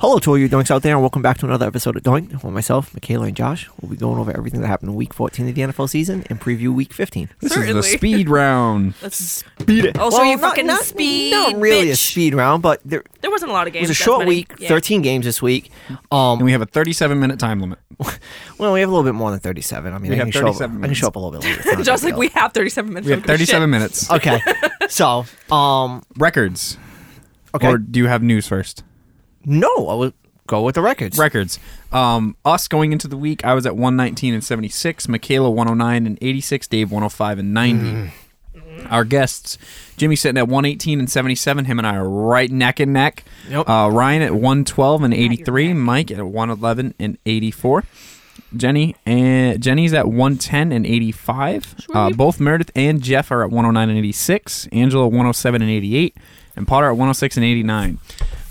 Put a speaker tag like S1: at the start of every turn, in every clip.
S1: Hello to all you doinks out there, and welcome back to another episode of Doink. Well, myself, Michaela, and Josh will be going over everything that happened in Week 14 of the NFL season and preview Week 15.
S2: This
S3: Certainly.
S2: is the speed round.
S3: Let's
S2: Beat it.
S3: Oh, so
S1: Well,
S3: you fucking speed.
S1: Not really a
S3: bitch.
S1: speed round, but there, it
S3: There wasn't a lot of games.
S1: was a
S3: that's
S1: short
S3: many.
S1: week,
S3: Yeah.
S1: 13 games this week. Um,
S2: And we have a 37 minute time limit.
S1: Well, we have a little bit more than 37. I mean,
S2: We
S1: I
S2: have
S1: can, show up,
S2: 37
S1: I can show up a little bit later. It's not a
S3: Just
S1: big
S3: like we have 37 minutes.
S2: We have
S3: I'm like,
S2: 37
S3: shit. Uh,
S2: minutes.
S1: deal. Okay. So, um,
S2: Records.
S1: okay.
S2: Or do you have news first?
S1: no, I would go with the records.
S2: Records. Um, us going into the week, I was at 119 and 76, Michaela 109 and 86, Dave 105 and 90. Our guests, Jimmy sitting at 118 and 77. Him and I are right neck and neck.
S1: Yep.
S2: Uh, Ryan at 112 and
S3: your
S2: 83.
S3: neck.
S2: Mike at 111 and 84. Jenny and Jenny's at 110 and 85. Uh, both Meredith and Jeff are at 109 and 86. Angela 107 and 88, and Potter at 106 and 89.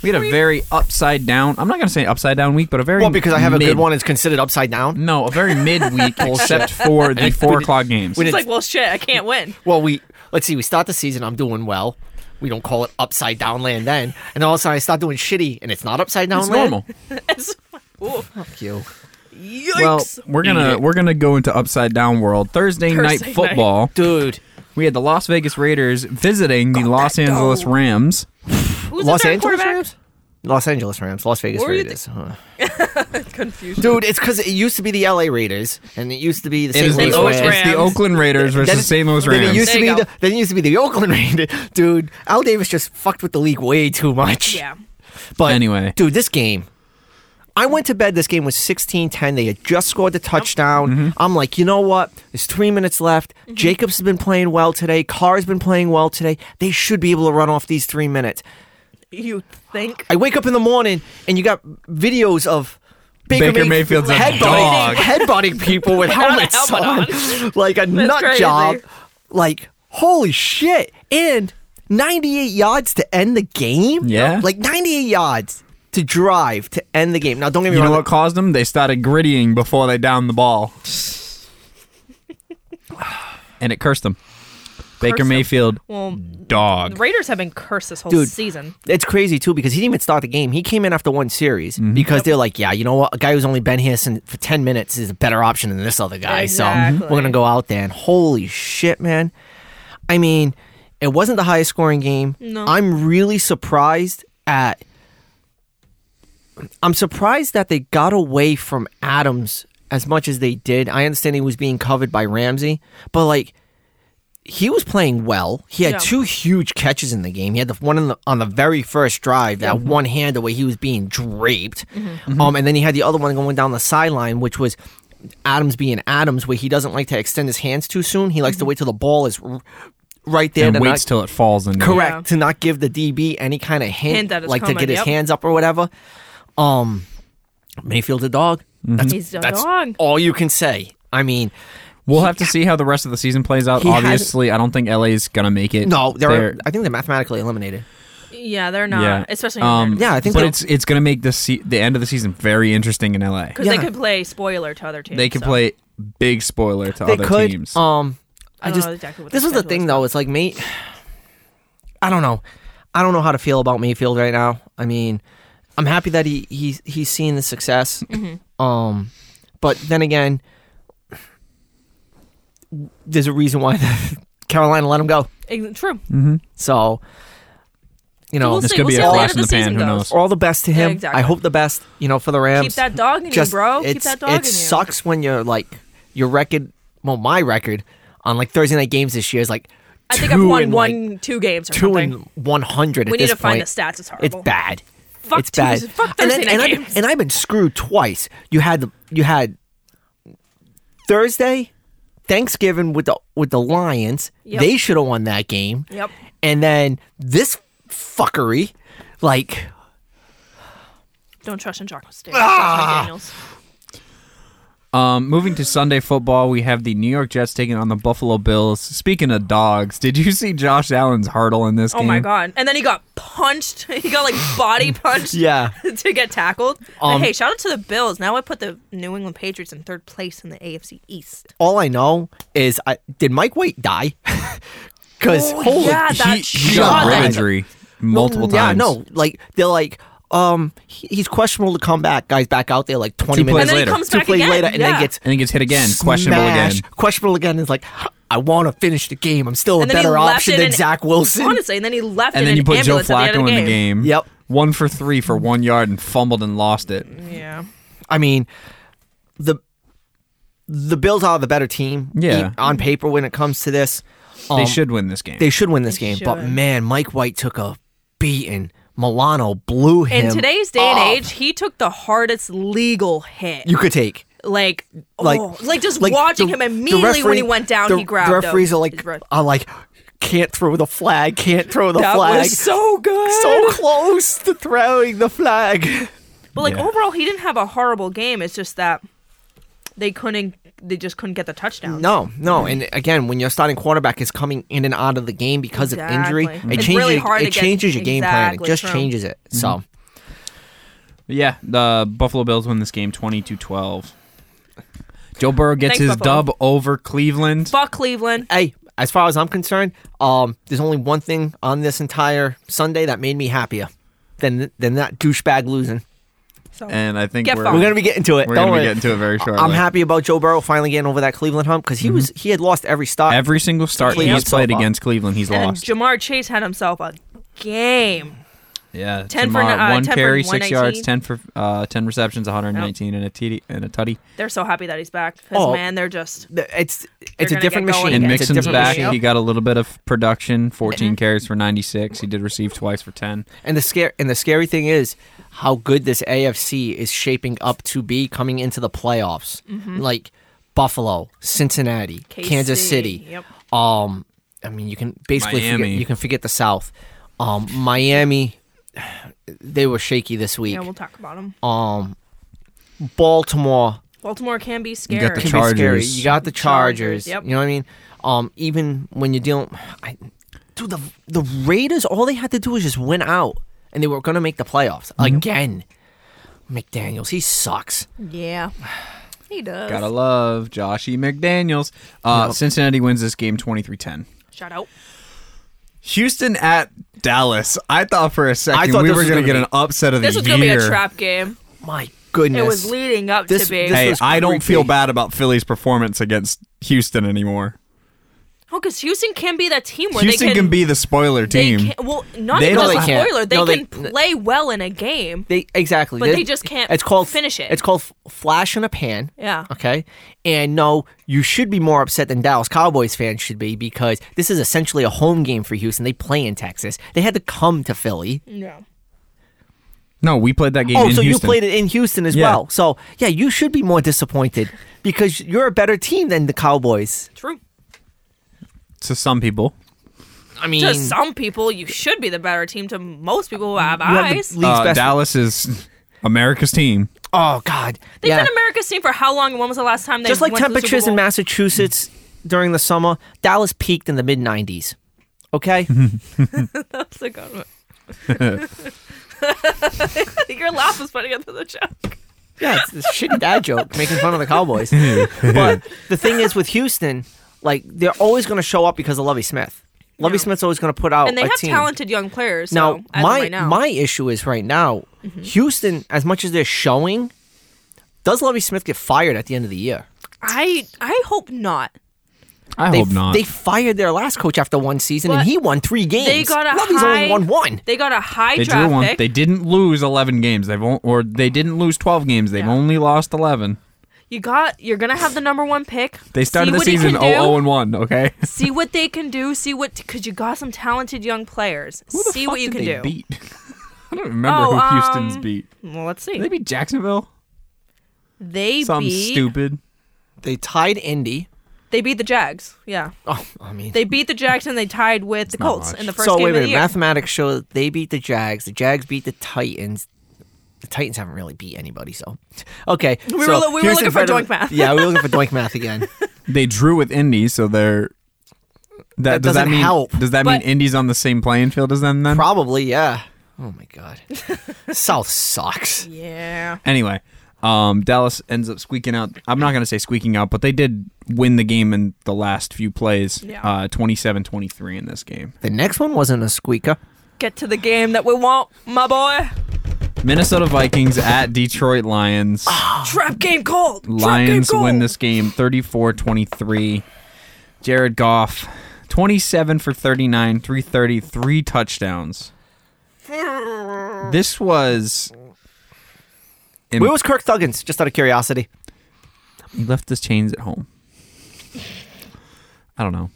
S2: We had a very upside down. I'm not gonna say upside down week, but a very
S1: Well, because I have a
S2: mid-
S1: good one, it's considered upside down.
S2: No, a very mid week, except for the four o'clock games.
S1: we didn't-
S3: It's like, well, shit, I can't win.
S1: Well, we let's see. We start the season. I'm doing well. We don't call it upside down land then, and all of a sudden I start doing shitty, and it's not upside down
S2: It's
S1: land.
S2: normal.
S3: It's- Ooh,
S1: Fuck you.
S3: yikes.
S2: Well, we're gonna we're gonna go into upside down world Thursday,
S3: Thursday
S2: night
S3: night.
S2: football.
S1: dude.
S2: We had the Las Vegas Raiders visiting the Los
S3: that
S2: Angeles
S3: dough.
S2: Rams.
S3: Who's
S1: Los
S3: the third
S1: Angeles
S3: quarterback?
S1: Rams. Los Angeles Rams, Las Vegas
S3: What were you
S1: Raiders. Huh.
S3: Confusion.
S1: Dude, it's because it used to be the LA Raiders, and it used to be the St.
S3: the
S1: Louis
S3: St. Louis
S1: Rams.
S3: Rams.
S2: It's the Oakland Raiders versus
S1: Then it-
S2: St. Louis
S1: Then it
S2: Rams.
S1: used to
S3: There
S1: be
S3: you
S1: the,
S3: go.
S1: then it used to be the Oakland Raiders, dude. Al Davis just fucked with the league way too much.
S3: Yeah.
S1: But
S2: Anyway.
S1: dude, this game. I went to bed. This game was 16-10. They had just scored the touchdown. I'm like, you know what? There's three minutes left. Jacobs has been playing well today. Carr's been playing well today. They should be able to run off these three minutes.
S3: You think?
S1: I wake up in the morning and you got videos of Baker,
S2: Baker
S1: Mayf-
S2: Mayfield's a
S1: headbutting,
S2: dog.
S1: headbutting people with
S3: Without a
S1: helmets on,
S3: helmet
S1: like a nut
S3: crazy.
S1: job. Like holy shit! And 98 yards to end the game.
S2: Yeah.
S1: like 98 yards to drive to end the game. Now don't get me
S2: You know
S1: wrong.
S2: what caused them? They started grittying before they downed the ball. and it cursed them. Baker
S3: Cursed 'em.
S2: Mayfield,
S3: Well, the
S2: dog.
S3: Raiders have been cursed this whole
S1: Dude.
S3: season.
S1: it's crazy too because he didn't even start the game. He came in after one series because they're like, yeah, you know what? A guy who's only been here since, for ten minutes is a better option than this other guy. So
S3: Exactly.
S1: we're gonna go out there and holy shit, man! I mean, it wasn't the highest scoring game.
S3: No.
S1: I'm really surprised at. I'm surprised that they got away from Adams as much as they did. I understand he was being covered by Ramsey, but like he was playing well. He had
S3: Yeah.
S1: two huge catches in the game. He had the one on the, on the very first drive, that one hand where he was being draped, um, and then he had the other one going down the sideline, which was Adams being Adams, where he doesn't like to extend his hands too soon. He likes to wait till the ball is r- right there
S2: and
S1: to
S2: waits
S1: not-
S2: till it falls in.
S1: correct
S3: Yeah.
S1: to not give the DB any kind of hint,
S3: Hint that it's
S1: like to
S3: coming,
S1: get his
S3: yep.
S1: hands up or whatever. Um, Mayfield's a dog. That's,
S3: He's a
S1: that's
S3: dog.
S1: all you can say. I mean,
S2: We'll have to see how the rest of the season plays out.
S1: He hasn't-
S2: Obviously, I don't think LA's going to make it.
S1: no, they're,
S2: They're-
S1: I think they're mathematically eliminated.
S3: Yeah, they're not.
S2: yeah.
S3: Especially
S2: Um,
S1: Yeah, I think
S2: But
S1: they'll-
S2: it's it's going to make the, se- the end of the season very interesting in LA.
S3: because
S1: yeah.
S3: they could play spoiler to other teams.
S2: They could
S3: so.
S2: play big spoiler to
S1: They
S2: other
S1: could.
S2: teams.
S1: Um, I,
S3: I don't
S1: just
S3: know exactly what
S1: this
S3: their
S1: was the
S3: schedule
S1: thing
S3: is.
S1: though. It's like me. I don't know. I don't know how to feel about Mayfield right now. I mean, I'm happy that he he he's seeing the success.
S3: Mm-hmm.
S1: Um, but then again, there's a reason why Carolina let him go.
S3: Ex- True.
S1: So, you know,
S3: We'll
S2: this
S3: see-
S2: could
S3: we'll
S2: be
S3: see
S2: a
S3: how the
S2: flash in
S3: end
S2: the
S3: of the
S2: pan.
S3: season
S2: Who
S3: goes.
S2: knows?
S1: all the best to him.
S3: exactly.
S1: I hope the best. You know, for the Rams.
S3: Keep that dog in
S1: Just
S3: you, bro. Keep
S1: it's-
S3: that dog in
S1: It
S3: you.
S1: sucks when you're like your record. Well, my record on like Thursday night games this year is like
S3: I think
S1: two
S3: I've won
S1: and,
S3: one,
S1: like,
S3: two games or
S1: two
S3: something.
S1: and one hundred.
S3: we need
S1: this
S3: to find the
S1: point.
S3: stats. It's horrible.
S1: It's bad.
S3: Fuck
S1: it's bad.
S3: Tuesday- fuck
S1: and,
S3: Thursday
S1: and,
S3: night
S1: I've,
S3: games.
S1: and I've been screwed twice. You had the you had Thursday, Thanksgiving with the with the Lions.
S3: Yep.
S1: They should have won that game.
S3: Yep.
S1: And then this fuckery, like
S3: Don't trust in Jacques Stay. Ah! Daniels.
S2: Um, moving to Sunday football, we have the New York Jets taking on the Buffalo Bills. Speaking of dogs, did you see Josh Allen's hurdle in this
S3: Oh
S2: game?
S3: my god! And then he got punched. He got like body punched.
S1: Yeah.
S3: to get tackled.
S1: Um,
S3: but hey, shout out to the Bills. Now I put the New England Patriots in third place in the AFC East.
S1: all I know is I did Mike White die? Because holy
S3: Oh, yeah, that
S2: He, he
S3: shot
S2: got rib
S3: that-
S2: injury multiple
S1: Yeah,
S2: times.
S1: no, like they're like, um, he, he's questionable to come back. Guys back out there like 20
S2: Two plays
S1: minutes
S3: And then he
S2: later.
S3: comes
S1: two
S3: back
S1: plays
S3: again.
S1: later, and
S3: yeah.
S1: then gets
S2: and he gets hit again. Questionable again.
S1: smashed. Questionable again is like, I want to finish the game. I'm still a
S3: And then he
S1: better
S3: left
S1: option
S3: it
S1: than
S3: in-
S1: Zach Wilson.
S3: Honestly, and then he left.
S2: And
S3: in
S2: then
S3: an
S2: you put Joe
S3: ambulance at the end
S2: Flacco
S3: of the
S2: in the
S3: game.
S2: game.
S1: Yep.
S2: One for three for one yard and fumbled and lost it.
S3: Yeah.
S1: I mean, the the Bills are the better team.
S2: Yeah.
S1: e- on paper when it comes to this,
S2: They
S1: Um,
S2: should win this game.
S1: they should win this game. But
S3: should.
S1: man, Mike White took a beating. Milano blew him.
S3: In today's day and
S1: up.
S3: age, he took the hardest legal hit.
S1: you could take.
S3: like,
S1: Like,
S3: oh, like just
S1: like,
S3: watching
S1: the-
S3: him
S1: the
S3: immediately when
S1: referee-
S3: he went down,
S1: the
S3: he grabbed. him.
S1: referees are
S3: His
S1: like
S3: breath.
S1: are like can't throw the flag, can't throw the
S3: that
S1: flag.
S3: was so good.
S1: so close to throwing the flag.
S3: But like
S2: Yeah.
S3: overall, he didn't have a horrible game. It's just that they couldn't. They just couldn't get the touchdown.
S1: No, no, and again, when your starting quarterback is coming in and out of the game because of injury,
S3: Exactly.
S1: it
S3: It's
S1: changes
S3: really
S1: your-
S3: hard
S1: it
S3: to get-
S1: changes your game plan. It
S3: exactly,
S1: just
S3: true.
S1: changes it.
S2: Mm-hmm.
S1: So
S2: yeah, the Buffalo Bills win this game 20 to 12. Joe Burrow gets
S3: Thanks,
S2: his
S3: Buffalo.
S2: dub over Cleveland.
S3: Fuck Cleveland.
S1: hey, as far as I'm concerned, um, there's only one thing on this entire Sunday that made me happier than than that douchebag losing.
S3: So
S2: And I think
S3: Get
S2: we're,
S3: fucked.
S1: We're gonna be getting to it.
S2: we're
S1: Don't
S2: gonna be
S1: worry.
S2: getting to it very shortly.
S1: I'm happy about Joe Burrow finally getting over that Cleveland hump because he was he had lost every start.
S2: Mm-hmm. Every single start
S1: Cleveland
S2: he's played
S1: so far.
S2: against Cleveland, he's
S3: and
S2: lost.
S3: Jamar Chase had himself a game.
S2: yeah,
S3: 10 for,
S2: Jamar,
S3: uh,
S2: one
S3: 10 for
S2: carry, six
S3: 119.
S2: yards, 10 for uh, 10 receptions, 119, and a TD and a tutty.
S3: They're so happy that he's back because
S1: Oh.
S3: man, they're just
S1: Th- it's it's a
S3: gonna
S1: different
S3: get going
S1: machine.
S2: And
S3: again.
S1: It's a
S2: Mixon's
S1: different
S2: back.
S1: machine.
S2: He got a little bit of production, 14 carries for 96. He did receive twice for 10.
S1: And the scare and the scary thing is how good this AFC is shaping up to be coming into the playoffs.
S3: Mm-hmm.
S1: Like Buffalo, Cincinnati,
S3: KC,
S1: Kansas City.
S3: Yep.
S1: Um, I mean, you can basically forget,
S2: Miami.
S1: you can forget the South. Um, Miami, they were shaky this week.
S3: Yeah, we'll talk about him.
S1: Um, Baltimore
S3: Baltimore can be
S2: got
S3: scary.
S2: the
S1: can
S2: Chargers.
S1: be scary. You got the Chargers.
S3: Chargers, yep.
S1: You know what I mean? Um, even when you're dealing, I, dude, the the Raiders, all they had to do was just win out, and they were going to make the playoffs
S2: Mm-hmm.
S1: again. McDaniel's, he sucks.
S3: yeah, he does.
S2: Gotta love Joshy McDaniels. Uh, Cincinnati wins this game 23 10.
S3: Shout out.
S2: Houston at Dallas. I thought for a
S1: I
S2: second
S1: thought
S2: we
S1: this
S2: were
S1: was
S2: going to
S1: gonna
S2: get
S1: be-
S2: an upset of the
S3: This was
S2: year.
S3: gonna be a trap game.
S1: My goodness,
S3: It was leading up
S1: This-
S3: to be.
S1: this-
S2: Hey,
S1: was
S2: I don't feel
S1: creepy.
S2: bad about Philly's performance against Houston anymore.
S3: oh, because Houston can be that team where
S2: Houston
S3: they
S2: can,
S3: can,
S2: be the spoiler
S3: They
S2: team.
S3: can, well, not
S2: They
S3: even
S2: don't-
S3: as a
S1: they can't.
S3: spoiler. They
S1: No, they-
S3: can play well in a game.
S1: They exactly,
S3: But
S1: There's-
S3: they just can't
S1: It's called
S3: finish it.
S1: It's called f- flash in a pan.
S3: Yeah.
S1: Okay. And no, you should be more upset than Dallas Cowboys fans should be because this is essentially a home game for Houston. They play in Texas. They had to come to Philly.
S3: Yeah.
S2: no, we played that game
S1: Oh,
S2: in
S1: so
S2: Houston.
S1: you played it in Houston as
S2: Yeah.
S1: well. So yeah, you should be more disappointed because you're a better team than the Cowboys.
S3: True.
S2: to some people.
S1: I mean,
S3: To some people, you should be the better team. To most people who have
S1: you have the
S3: eyes,
S1: league's
S2: Uh,
S1: best-
S2: Dallas is America's team.
S1: Oh God,
S3: they've
S1: yeah.
S3: been America's team for how long? And when was the last time they
S1: Just like
S3: went to the
S1: temperatures
S3: Super
S1: in
S3: Bowl?
S1: Massachusetts during the summer, Dallas peaked in the mid 90s. Okay,
S3: Mm-hmm. That's a good one. Your laugh was funny under the
S1: Oh,
S3: joke.
S1: yeah, it's this shitty dad joke making fun of the Cowboys. but the thing is with Houston, like they're always going to show up because of Lovey Smith. Lovey
S3: Yeah.
S1: Smith's always going to put out
S3: And they
S1: a
S3: have
S1: team.
S3: talented young players.
S1: Now,
S3: so, as of
S1: my
S3: right now, Mm-hmm.
S1: my issue is right now, Houston, as much as they're showing, does Lovey Smith get fired at the end of the year?
S3: I I hope not.
S2: I
S1: They,
S2: hope not.
S1: They fired their last coach after one season,
S3: But
S1: and he won three games.
S3: They got a
S1: Lovey's
S3: high.
S1: only won one.
S3: They got a high
S2: They
S3: draft
S2: drew one.
S3: pick.
S2: They didn't lose 11 games. They've on, or they didn't lose 12 games. They've
S3: Yeah.
S2: only lost 11.
S3: You got. You're gonna have the number one pick.
S2: They started
S3: see
S2: the
S3: what he
S2: season 0
S3: can
S1: oh,
S3: do.
S2: 0 and 1, okay?
S3: see what they can do. See what because you got some talented young players.
S2: Who the
S3: see
S2: fuck
S3: what you
S2: did
S3: can
S2: they
S3: do.
S2: Beat? I don't remember
S3: Oh,
S2: who Houston's
S3: um,
S2: beat.
S3: Well, let's
S2: Did they
S3: see.
S2: beat Jacksonville?
S3: They
S2: Something
S3: beat.
S2: stupid.
S1: They tied Indy.
S3: They beat the Jags. Yeah,
S1: Oh, I mean,
S3: they beat the Jags and they tied with the
S2: not
S3: Colts
S2: much.
S3: in the first
S1: so
S3: game
S1: wait a
S3: of the
S1: minute.
S3: year.
S1: Mathematics show that they beat the Jags. The Jags beat the Titans. The Titans haven't really beat anybody, so okay.
S3: We were
S1: so
S3: lo- we were
S1: here's
S3: looking
S1: the
S3: for
S1: better-
S3: doink math.
S1: Yeah, we were looking for doink math again.
S2: They drew with Indy, so they're.
S1: That
S2: That, does that
S1: doesn't
S2: mean
S1: help.
S2: does that mean
S3: But-
S2: Indy's on the same playing field as them then?
S1: Probably, yeah. Oh my god, South sucks.
S3: yeah,
S2: Anyway, um, Dallas ends up squeaking out. I'm not going to say squeaking out, but they did win the game in the last few plays.
S3: Yeah.
S2: Uh, 27-23 in this game.
S1: The next one wasn't a squeaker.
S3: get to the game that we want, my boy.
S2: Minnesota Vikings at Detroit Lions.
S3: Trap game called.
S2: Lions win this game 34-23. Jared Goff 27 for 39, 330, three touchdowns. This was
S1: Where was Kirk Thuggins? Just out of curiosity.
S2: he left his chains at home. I don't know.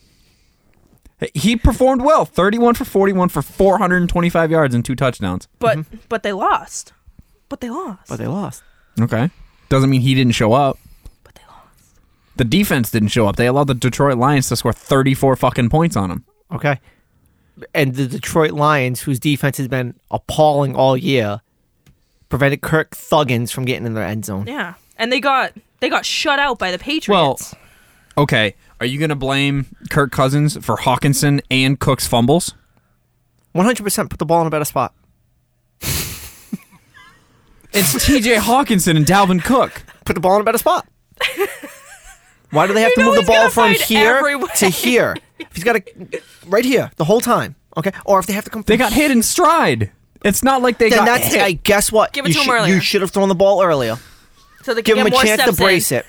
S2: He performed well, 31 for 41 for 425 yards and two touchdowns.
S3: But but they lost. But they lost.
S1: But they lost.
S2: Okay. Doesn't mean he didn't show up.
S3: But they lost.
S2: The defense didn't show up. They allowed the Detroit Lions to score 34 fucking points on him.
S1: Okay. And the Detroit Lions, whose defense has been appalling all year, prevented Kirk Thuggins from getting in their end zone.
S3: Yeah, and they got they got shut out by the Patriots.
S2: Well, okay. Are you going to blame Kirk Cousins for Hawkinson and Cook's fumbles?
S1: 100% put the ball in a better spot.
S2: It's TJ Hawkinson and Dalvin Cook.
S1: Put the ball in a better spot. Why do they have to
S3: know
S1: move the
S3: he's
S1: ball
S3: gonna
S1: from
S3: find every
S1: here
S3: way.
S1: to here? If he's got to right here the whole time, okay? Or if they have to come
S2: They
S1: from
S2: got hit in stride. It's not like they
S1: then
S2: got
S1: that's
S2: hit.
S1: I guess what
S3: Give it
S1: you,
S3: to him
S1: should-
S3: earlier.
S1: you should have thrown the ball earlier.
S3: so they
S1: Give
S3: can
S1: him
S3: get
S1: a
S3: more
S1: chance to
S3: steps in.
S1: brace it.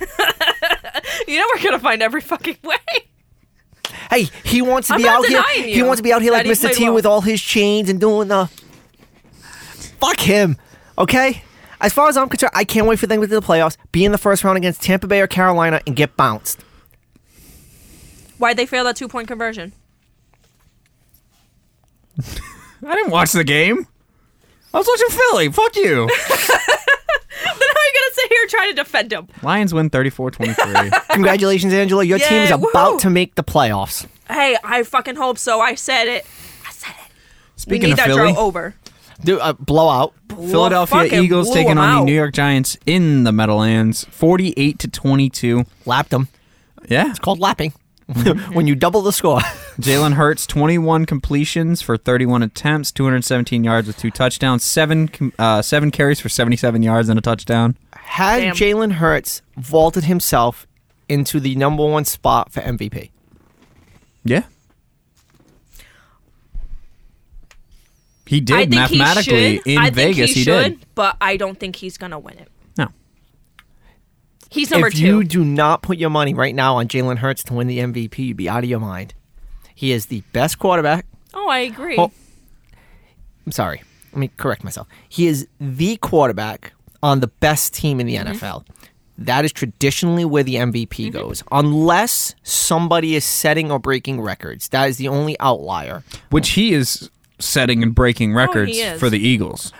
S3: You know we're gonna find every fucking way.
S1: Hey, he wants to
S3: I'm
S1: be
S3: not
S1: out here.
S3: denying
S1: He
S3: you
S1: wants to be out here like
S3: that he
S1: Mr.
S3: played
S1: T
S3: well.
S1: with all his chains and doing the. Fuck him, okay. As far as I'm concerned, I can't wait for them to get to the playoffs, be in the first round against Tampa Bay or Carolina, and get bounced.
S3: Why'd they fail that two point conversion?
S2: I didn't watch the game. I was watching Philly. Fuck you.
S3: Then how are you gonna sit here and try to defend him?
S2: Lions win 34 23.
S1: Congratulations, Angela. Your team is
S3: Yeah,
S1: about
S3: woohoo.
S1: to make the playoffs.
S3: Hey, I fucking hope so. I said it. we
S2: Speaking
S3: need
S2: of
S3: that
S2: Philly,
S3: draw over.
S1: Do uh, a blowout.
S2: Philadelphia
S3: fucking
S2: Eagles
S3: blew
S2: taking on
S3: 'em
S2: the
S3: out.
S2: New York Giants in the Meadowlands 48 to 22.
S1: Lapped them.
S2: Yeah.
S1: Called lapping. when you double the score.
S2: Jalen Hurts, 21 completions for 31 attempts, 217 yards with two touchdowns, seven com- uh, seven carries for 77 yards and a touchdown.
S1: Had
S3: Damn.
S1: Jalen Hurts vaulted himself into the number one spot for MVP?
S2: Yeah. He did
S3: I think
S2: mathematically
S3: he should.
S2: in
S3: I think
S2: Vegas.
S3: he,
S2: He,
S3: should,
S2: did.
S3: but I don't think he's gonna win it.
S2: No.
S3: He's number
S1: if
S3: two.
S1: you do not put your money right now on Jalen Hurts to win the MVP, you'd be out of your mind. He is the best quarterback.
S3: oh, I agree.
S1: Well, I'm sorry. Let me correct myself. He is the quarterback on the best team in the
S3: Mm-hmm.
S1: NFL. That is traditionally where the MVP goes, unless somebody is setting or breaking records. That is the only outlier.
S2: Which he is setting and breaking records
S3: Oh, is.
S2: for the Eagles.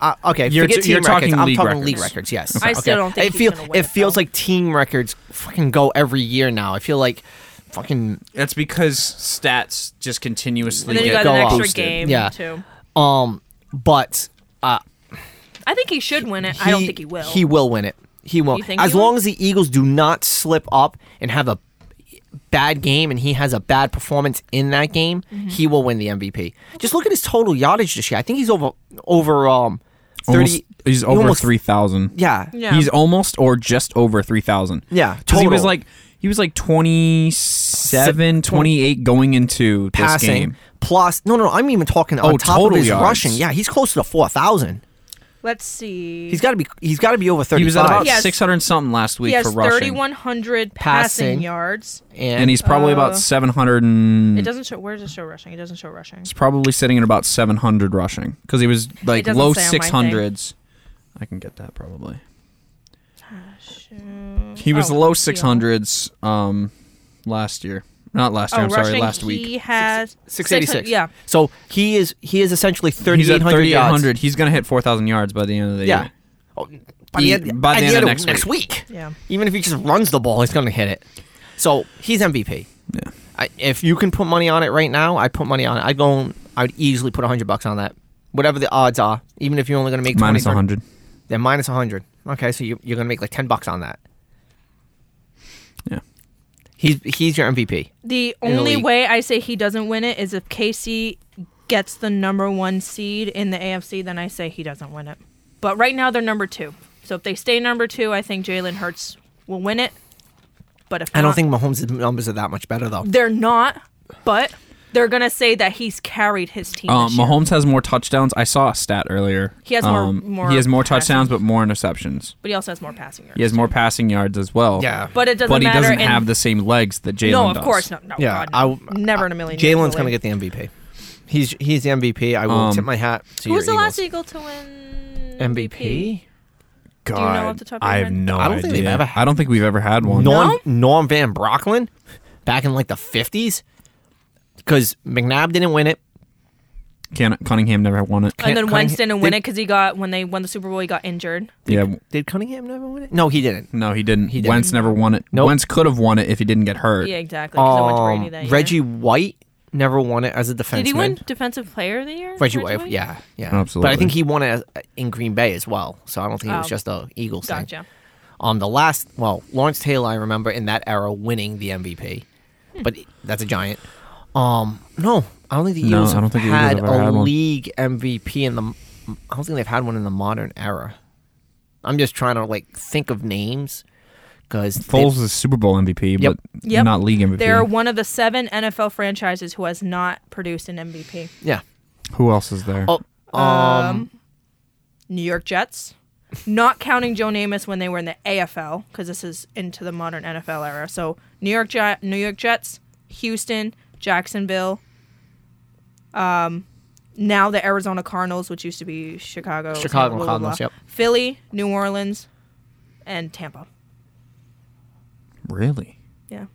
S1: Uh, okay,
S2: You're
S1: forget
S2: t- you're
S1: team
S2: talking
S1: records.
S2: league
S1: I'm talking
S2: records.
S1: league records. Yes,
S3: I still don't think
S1: it
S3: he's
S1: feels
S3: gonna win
S1: it
S3: it,
S1: feels
S3: though.
S1: like team records fucking go every year now. I feel like fucking
S2: That's because stats just continuously
S3: and then you
S1: Yeah,
S3: got
S1: go
S3: an extra
S1: boosted.
S3: game
S1: Yeah.
S3: too.
S1: um, but
S3: I think he should win it. I don't think he will.
S1: He will win it. He will.
S3: You think
S1: As
S3: he will?
S1: long as the Eagles do not slip up and have a bad game and he has a bad performance in that game,
S3: Mm-hmm.
S1: he will win the MVP. Just look at his total yardage this year. I think he's over over um 30
S2: Almost- he's
S1: he
S2: over
S1: almost-
S2: 3,000.
S1: Yeah.
S3: Yeah.
S2: He's almost or just over 3,000.
S1: Yeah,
S2: 'Cause he was
S1: total.
S2: like he was like 27, 28 going into this
S1: Passing
S2: game.
S1: plus no no no, I'm even talking
S2: Oh,
S1: on top of
S2: total
S1: his
S2: yards.
S1: rushing. Yeah, he's close to 4000.
S3: Let's see.
S1: He's got to be he's got to be over 35.
S2: He was at about
S3: Yes.
S2: 600 and something last week
S3: he has
S2: for rushing.
S3: 3,100 passing,
S1: Passing.
S3: yards.
S2: and he's probably
S3: Uh,
S2: about
S1: Oh.
S2: 700 and
S3: It doesn't show. Where does it show rushing? It doesn't show rushing.
S2: he's probably sitting at about 700 rushing cuz he was like
S3: doesn't
S2: low
S3: say on my thing.
S2: 600s. I can get that probably. He
S3: oh,
S2: was low 600s um last year. Not last
S3: Oh,
S2: year, I'm
S3: rushing.
S2: sorry, last week.
S3: He has
S1: 686.
S3: Yeah.
S1: So he is he is essentially
S2: He's at
S1: 3800 yards.
S2: 3,800. He's going to hit 4,000 yards by the end of the
S1: Yeah.
S2: year.
S1: Oh, by the
S2: He-
S1: end,
S2: by
S1: at
S2: the end of next
S1: week.
S3: Yeah.
S1: Even if he just runs the ball, he's going to hit it. So he's MVP.
S2: Yeah.
S1: I, if you can put money on it right now, I'd put money on it. I'd go. and- I'd easily put hundred bucks on that. Whatever the odds are, even if you're only going to make 20,
S2: Minus 100.
S1: then minus hundred. Okay, so you, you're going to make like ten bucks on that.
S2: Yeah.
S1: He's he's your MVP.
S3: The
S1: In the
S3: only
S1: league.
S3: way I say he doesn't win it is if Casey gets the number one seed in the AFC, then I say he doesn't win it. But right now they're number two. So if they stay number two, I think Jalen Hurts will win it. But if
S1: I
S3: not, Oh,
S1: don't think Mahomes' numbers are that much better though.
S3: they're not, but They're gonna say that he's carried his team.
S2: Um,
S3: this year.
S2: Mahomes has more touchdowns. I saw a stat earlier.
S3: He has more-
S2: Um,
S3: more
S2: He has more
S3: passing.
S2: touchdowns, but more interceptions.
S3: but he also has more passing yards.
S2: He has more passing yards as well.
S1: Yeah.
S3: but it doesn't
S2: but he
S3: matter.
S2: doesn't
S3: and-
S2: have the same legs that Jalen
S3: no, of
S2: does.
S3: course, no, no,
S1: Yeah,
S3: God,
S1: I w-
S3: never in a million. years
S1: Jalen's
S3: will
S1: gonna
S3: he.
S1: get the MVP. He's he's the MVP. I will
S2: Um,
S1: tip my hat to
S3: Who was the
S1: your
S3: last
S1: Eagles.
S3: Eagle to win
S1: MVP?
S2: God,
S3: you know off the top of your
S2: I have
S3: head?
S2: no
S1: I don't
S2: idea.
S1: think they've ever had-
S2: I don't think we've ever had one.
S1: Norm Norm Van Brocklin back in like the fifties because McNabb didn't win it.
S2: Can- Cunningham never won it.
S3: And
S1: Can't-
S3: then Wentz didn't win
S1: did-
S3: it because he got when they won the Super Bowl, he got injured.
S2: yeah.
S1: Did Cunningham never win it? No, he didn't.
S2: No, he didn't. He Wentz never won it.
S1: Nope.
S2: Wentz could have won it if he didn't get hurt.
S3: Yeah, exactly. 'cause it went to Brady
S1: Um,
S3: that year.
S1: Reggie White never won it as a defenseman.
S3: Did he win Defensive Player of the Year?
S1: Reggie White, yeah, yeah, But I
S2: Absolutely.
S1: think he won it as, in Green Bay as well. So I don't think it was
S3: Oh.
S1: just a Eagles thing.
S3: Gotcha.
S1: Um, the last, well, Lawrence Taylor, I remember in that era winning the MVP, but that's a giant. Um, no, I don't think the
S2: No,
S1: Eagles
S2: I
S1: have
S2: don't think the Eagles
S1: had
S2: have ever
S1: a
S2: had one.
S1: league MVP in the. I don't think they've had one in the modern era. I'm just trying to like think of names because
S2: Foles is Super Bowl MVP,
S1: Yep.
S2: but
S3: Yep.
S2: not league MVP.
S3: They're one of the seven NFL franchises who has not produced an MVP.
S1: yeah.
S2: Who else is there?
S1: Oh,
S3: New York Jets, not counting Joe Namath when they were in the AFL, because this is into the modern NFL era. So New York Gi- New York Jets, Houston, Jacksonville. Um, now the Arizona Cardinals, which used to be Chicago.
S1: Chicago Cardinals, yep.
S3: Philly, New Orleans, and Tampa.
S2: really?
S3: Yeah.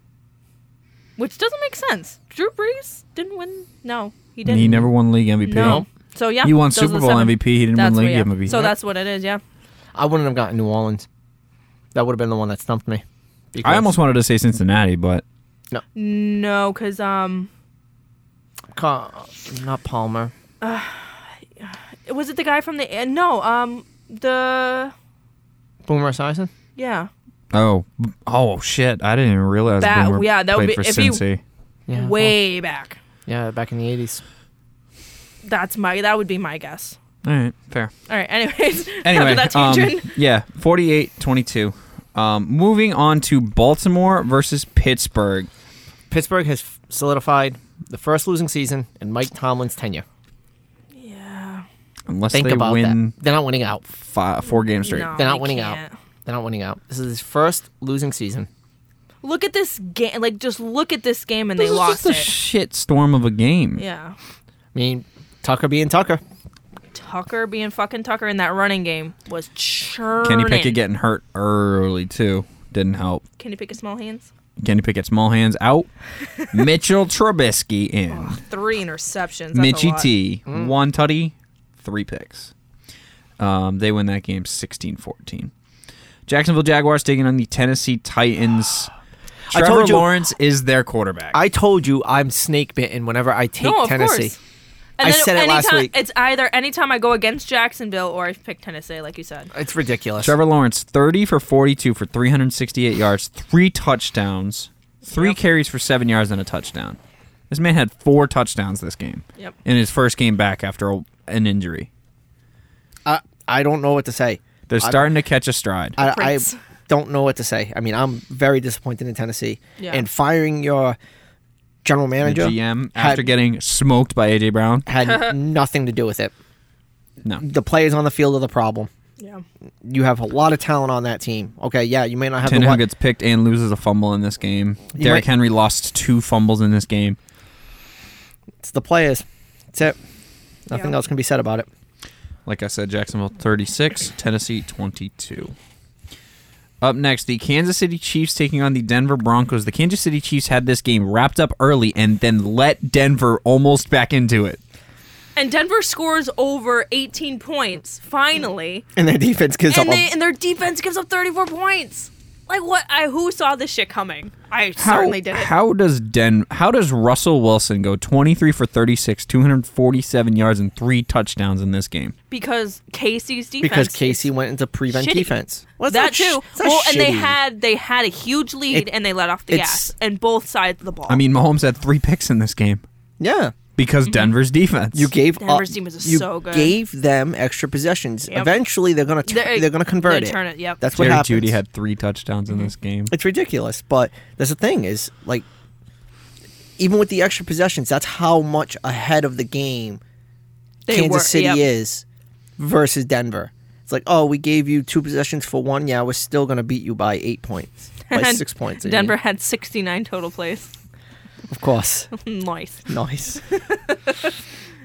S3: Which doesn't make sense. Drew Brees didn't win. No, he didn't.
S2: He never won league MVP.
S3: No. So yeah,
S2: He won
S3: those are
S2: Super
S3: the
S2: Bowl
S3: seven.
S2: MVP. He didn't
S3: That's
S2: win
S3: what-
S2: league
S3: yeah.
S2: MVP.
S3: So that's what it is. Yeah.
S1: I wouldn't have gotten New Orleans. That would have been the one that stumped me.
S2: I
S1: because-
S2: almost wanted to say Cincinnati, but
S3: No, because um,
S1: Ca- not Palmer.
S3: was it the guy from the uh, no um the
S1: Boomer Esiason.
S3: yeah
S2: oh, oh shit! I didn't even realize
S3: That-
S2: Boomer
S3: yeah, that would
S2: played
S3: be-
S2: for
S3: if he-
S2: Cincy.
S1: Yeah,
S3: way back.
S1: well, yeah, back in the eighties.
S3: That's my that would be my guess.
S2: All right, fair.
S3: All right. Anyways,
S2: Anyway,
S3: after that
S2: um,
S3: tangent,
S2: yeah, 48-22. Um, moving on to Baltimore versus Pittsburgh.
S1: Pittsburgh has f- solidified the first losing season in Mike Tomlin's tenure.
S3: yeah.
S2: Unless
S1: Think
S2: they
S1: about
S2: win
S1: that. They're not winning out.
S2: fi- four games straight.
S3: No,
S1: They're not
S3: they
S1: winning
S3: can't.
S1: out. They're not winning out. This is his first losing season.
S3: Look at this game. Like just look at this game and
S2: This
S3: they
S2: is
S3: lost
S2: just a
S3: it.
S2: shit storm of a game.
S3: yeah.
S1: I mean, Tucker being Tucker.
S3: Tucker being fucking Tucker in that running game was churning.
S2: Kenny Pickett getting hurt early too didn't help.
S3: Kenny Pickett small hands.
S2: Kenny Pickett small hands out. Mitchell Trubisky in.
S3: Three interceptions. That's Oh, a
S2: Mitchie
S3: lot.
S2: T
S1: Mm.
S2: one tutty, three picks. Um, they win that game 16-14. Jacksonville Jaguars taking on the Tennessee Titans.
S1: I
S2: Trevor
S1: told you-
S2: Lawrence is their quarterback.
S1: I told you I'm snake bitten whenever I take
S3: No, of
S1: Tennessee.
S3: course. And
S1: I
S3: then
S1: said it last
S3: anytime-
S1: week.
S3: It's either anytime I go against Jacksonville or I pick Tennessee, like you said.
S1: It's ridiculous.
S2: Trevor Lawrence, 30 for 42 for 368 yards, three touchdowns, three
S3: Yep.
S2: carries for seven yards, and a touchdown. This man had four touchdowns this game
S3: Yep.
S2: in his first game back after a, an injury.
S1: I, I don't know what to say.
S2: They're
S1: I-
S2: starting to catch a stride.
S1: I, I
S3: Prince.
S1: don't know what to say. I mean, I'm very disappointed in Tennessee.
S3: Yeah.
S1: And firing your general
S2: the
S1: manager
S2: GM,
S1: had-
S2: after getting smoked by A.J. Brown,
S1: had nothing to do with it.
S2: no.
S1: The players on the field are the problem.
S3: Yeah.
S1: You have a lot of talent on that team. Okay, yeah, you may not have the
S2: Tannehill
S1: one.
S2: gets picked and loses a fumble in this game.
S1: You
S2: Derrick
S1: might-
S2: Henry lost two fumbles in this game.
S1: It's the players. That's it. Nothing
S3: Yeah.
S1: else can be said about it.
S2: Like I said, Jacksonville 36, Tennessee 22. Up next, the Kansas City Chiefs taking on the Denver Broncos. The Kansas City Chiefs had this game wrapped up early and then let Denver almost back into it.
S3: And Denver scores over 18 points finally,
S1: And their defense gives
S3: and
S1: up.
S3: they and their defense gives up 34 points. Like what? I who saw this shit coming? I certainly did it.
S2: How does Den how does Russell Wilson go 23 for 36, 247 yards and three touchdowns in this game?
S3: Because Casey's defense.
S1: because
S3: is-
S1: Casey went into prevent
S3: shitty.
S1: defense. Well, it's
S3: that
S1: not sh-
S3: too.
S1: it's not
S3: Well, and they
S1: shitty.
S3: had they had a huge lead,
S1: It-
S3: and they let off the
S1: it's-
S3: gas, and both sides of the ball.
S2: I mean, Mahomes had three picks in this game
S1: yeah.
S2: because
S3: Mm-hmm.
S2: Denver's defense.
S1: You gave
S3: Denver's
S1: up,
S3: team is
S1: you
S3: so good.
S1: gave them extra possessions.
S3: Yep.
S1: Eventually, they're gonna t-
S3: They're-
S1: they're, gonna convert
S3: they
S1: it.
S3: turn it, yep.
S1: That's what
S2: Jerry
S1: happens.
S2: Judy had three touchdowns in this game.
S1: it's ridiculous, but that's the thing is like even with the extra possessions, that's how much ahead of the game
S3: They
S1: Kansas
S3: were-
S1: City
S3: yep.
S1: is versus Denver. It's like, oh, we gave you two possessions for one. Yeah, we're still going to beat you by eight points, by
S3: And
S1: six points. I mean.
S3: Denver had 69 total plays.
S1: of course.
S3: nice.
S1: nice.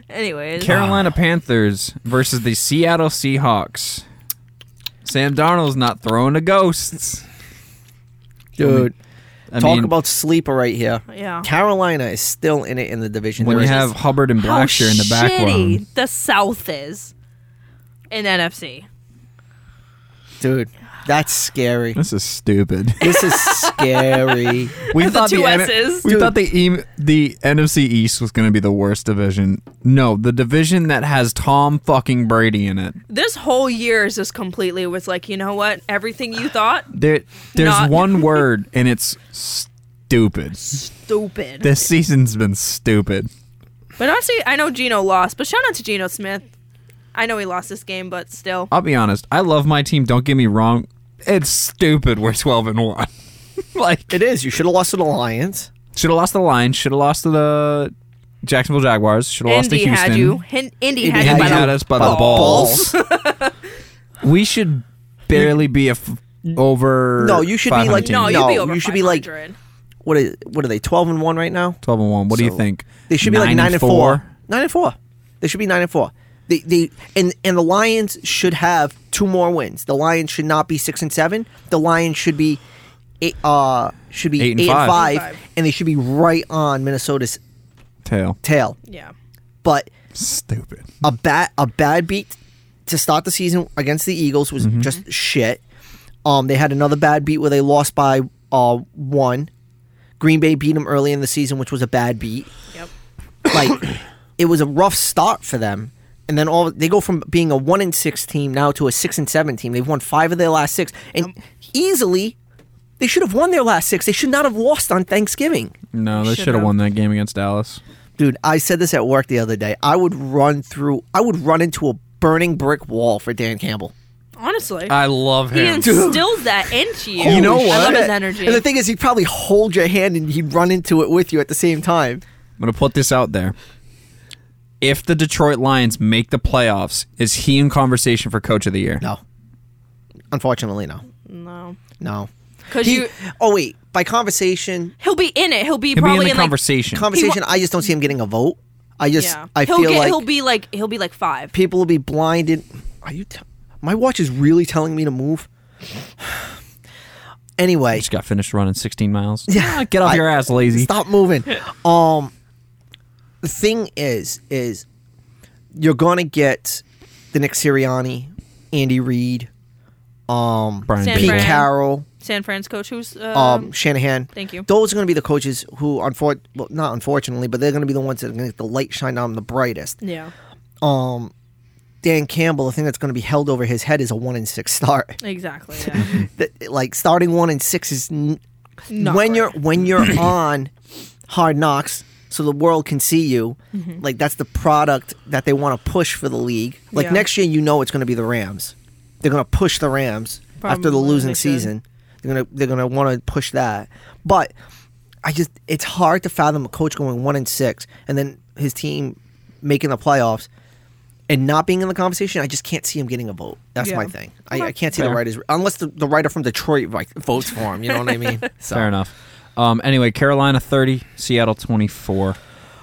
S3: Anyways,
S2: Carolina Panthers versus the Seattle Seahawks. Sam Darnold's not throwing the ghosts.
S1: Dude,
S2: I
S1: talk
S2: mean,
S1: about sleeper right here.
S3: yeah.
S1: Carolina is still in it in the division.
S2: when
S1: They're
S2: you
S1: in-
S2: have Hubbard and
S3: How
S2: Blackshear in the
S3: shitty
S2: background.
S3: the South is in NFC.
S1: dude, that's scary.
S2: This is stupid.
S1: this is scary.
S2: We
S3: The two S's.
S2: we
S1: Dude.
S2: thought the e- the NFC East was going to be the worst division. No, the division that has Tom fucking Brady in it.
S3: This whole year is just completely was like, you know what? Everything you thought,
S2: There, there's
S3: Not-
S2: one word, and it's stupid.
S3: stupid.
S2: This season's been stupid.
S3: but honestly, I know Geno lost, but shout out to Geno Smith. I know he lost this game, but still.
S2: I'll be honest. I love my team. Don't get me wrong. It's stupid. We're twelve and one. like
S1: it is. You should have lost to the Lions.
S2: should have lost the Lions. Should have lost to the Jacksonville Jaguars. Should have lost to
S3: Indy
S2: Houston.
S3: had you. Hin- Indy, had
S2: Indy
S3: you by
S2: had
S3: the
S2: us by the balls. We should barely be a f- over.
S1: No, you should be
S2: 500
S1: like-
S2: team.
S3: No, you'd
S1: No,
S3: be over
S1: you should be like-
S3: 500.
S1: What is? What are they? Twelve and one right now.
S2: twelve and one. What do you
S1: So,
S2: think?
S1: They should be like nine and four. Nine and four. They should be nine and four. They, they and and the Lions should have two more wins. The Lions should not be six and seven. The Lions should be eight, uh should be
S2: Eight
S1: eight,
S2: and
S1: and,
S2: five.
S1: five,
S3: Eight and five.
S1: and they should be right on Minnesota's
S2: Tail.
S1: tail.
S3: Yeah.
S1: But
S2: Stupid.
S1: a bad a bad beat to start the season against the Eagles was just shit. Um, they had another bad beat where they lost by uh one. Green Bay beat them early in the season, which was a bad beat.
S3: Yep.
S1: like it was a rough start for them and then all they go from being a 1 and 6 team now to a 6 and 7 team they've won 5 of their last 6 and easily they should have won their last 6 they should not have lost on Thanksgiving
S2: No, they
S3: Should've.
S2: should have won that game against Dallas.
S1: dude i said this at work the other day i would run through i would run into a burning brick wall for Dan Campbell
S3: Honestly.
S2: I love
S3: he
S2: him.
S3: instills that into you.
S2: You know
S1: Holy
S2: what?
S3: I love his
S1: shit.
S3: energy.
S1: and the thing is he'd probably hold your hand and he'd run into it with you at the same time
S2: I'm gonna put this out there. If the Detroit Lions make the playoffs, is he in conversation for Coach of the Year?
S1: no unfortunately no
S3: no.
S1: no
S3: Because
S1: he,
S3: you,
S1: oh wait by conversation
S3: he'll be in it. He'll be
S2: He'll be
S3: probably
S2: in the
S3: in like,
S2: conversation.
S1: conversation. I just don't see him getting a vote. I just
S3: Yeah.
S1: I
S3: he'll
S1: feel
S3: get,
S1: like
S3: he'll be like he'll be like five.
S1: people will be blinded. Are you? T- My watch is really telling me to move. anyway,
S2: just got finished running 16 miles. Yeah, get off
S1: I-
S2: your ass, lazy.
S1: stop moving. um, the thing is, is you're gonna get the Nick Sirianni, Andy Reid, um,
S2: Brian
S3: San
S1: Pete
S3: Fran.
S1: Carroll.
S3: San Fran's coach, who's uh,
S1: um, Shanahan.
S3: thank you.
S1: Those are going to be the coaches who, unfor- well, not unfortunately, but they're going to be the ones that are going to get the light shined on them the brightest.
S3: yeah, Mm.
S1: um Dan Campbell, the thing that's going to be held over his head is a one in six start.
S3: exactly. Yeah.
S1: That- like starting one in six is n-
S3: Not
S1: when
S3: great.
S1: you're when you're on Hard Knocks, so the world can see you.
S3: Mm-hmm.
S1: Like that's the product that they want to push for the league. Like
S3: Yeah.
S1: next year, you know it's going to be the Rams. They're going to push the Rams after the
S3: Probably
S1: losing
S3: they should.
S1: season. They're gonna they're gonna want to push that. But I just it's hard to fathom a coach going one and six and then his team making the playoffs and not being in the conversation. I just can't see him getting a vote. That's my
S3: Yeah.
S1: thing. I, I can't see the writers unless the, the writer from Detroit like, votes for him. You know what I mean? So.
S2: Fair enough. Um, anyway, Carolina 30, Seattle 24.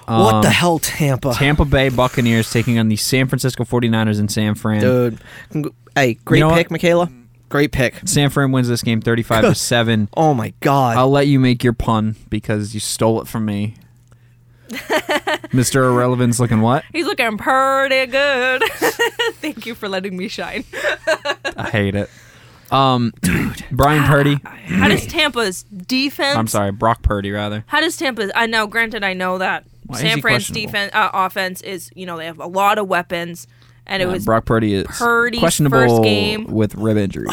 S2: Um,
S1: What the hell, Tampa?
S2: Tampa Bay Buccaneers taking on the San Francisco 49ers in San Fran.
S1: Dude, Congr- hey, great
S2: know
S1: pick,
S2: what?
S1: Michaela. Great pick.
S2: San Fran wins this game 35 to 7.
S1: Oh my God.
S2: I'll let you make your pun because you stole it from me. Mr. Irrelevant's looking what?
S3: he's looking pretty good. Thank you for letting me shine.
S2: I hate it. Um, Brian Purdy.
S3: How does Tampa's defense?
S2: I'm sorry, Brock Purdy rather.
S3: How does Tampa's? I know. Granted, I know that
S2: Why is
S3: San
S2: he
S3: Fran's
S2: questionable?
S3: defense uh, offense is you know they have a lot of weapons, and it
S2: Uh,
S3: was
S2: Brock Purdy is
S3: Purdy's
S2: questionable
S3: first game.
S2: with rib injury.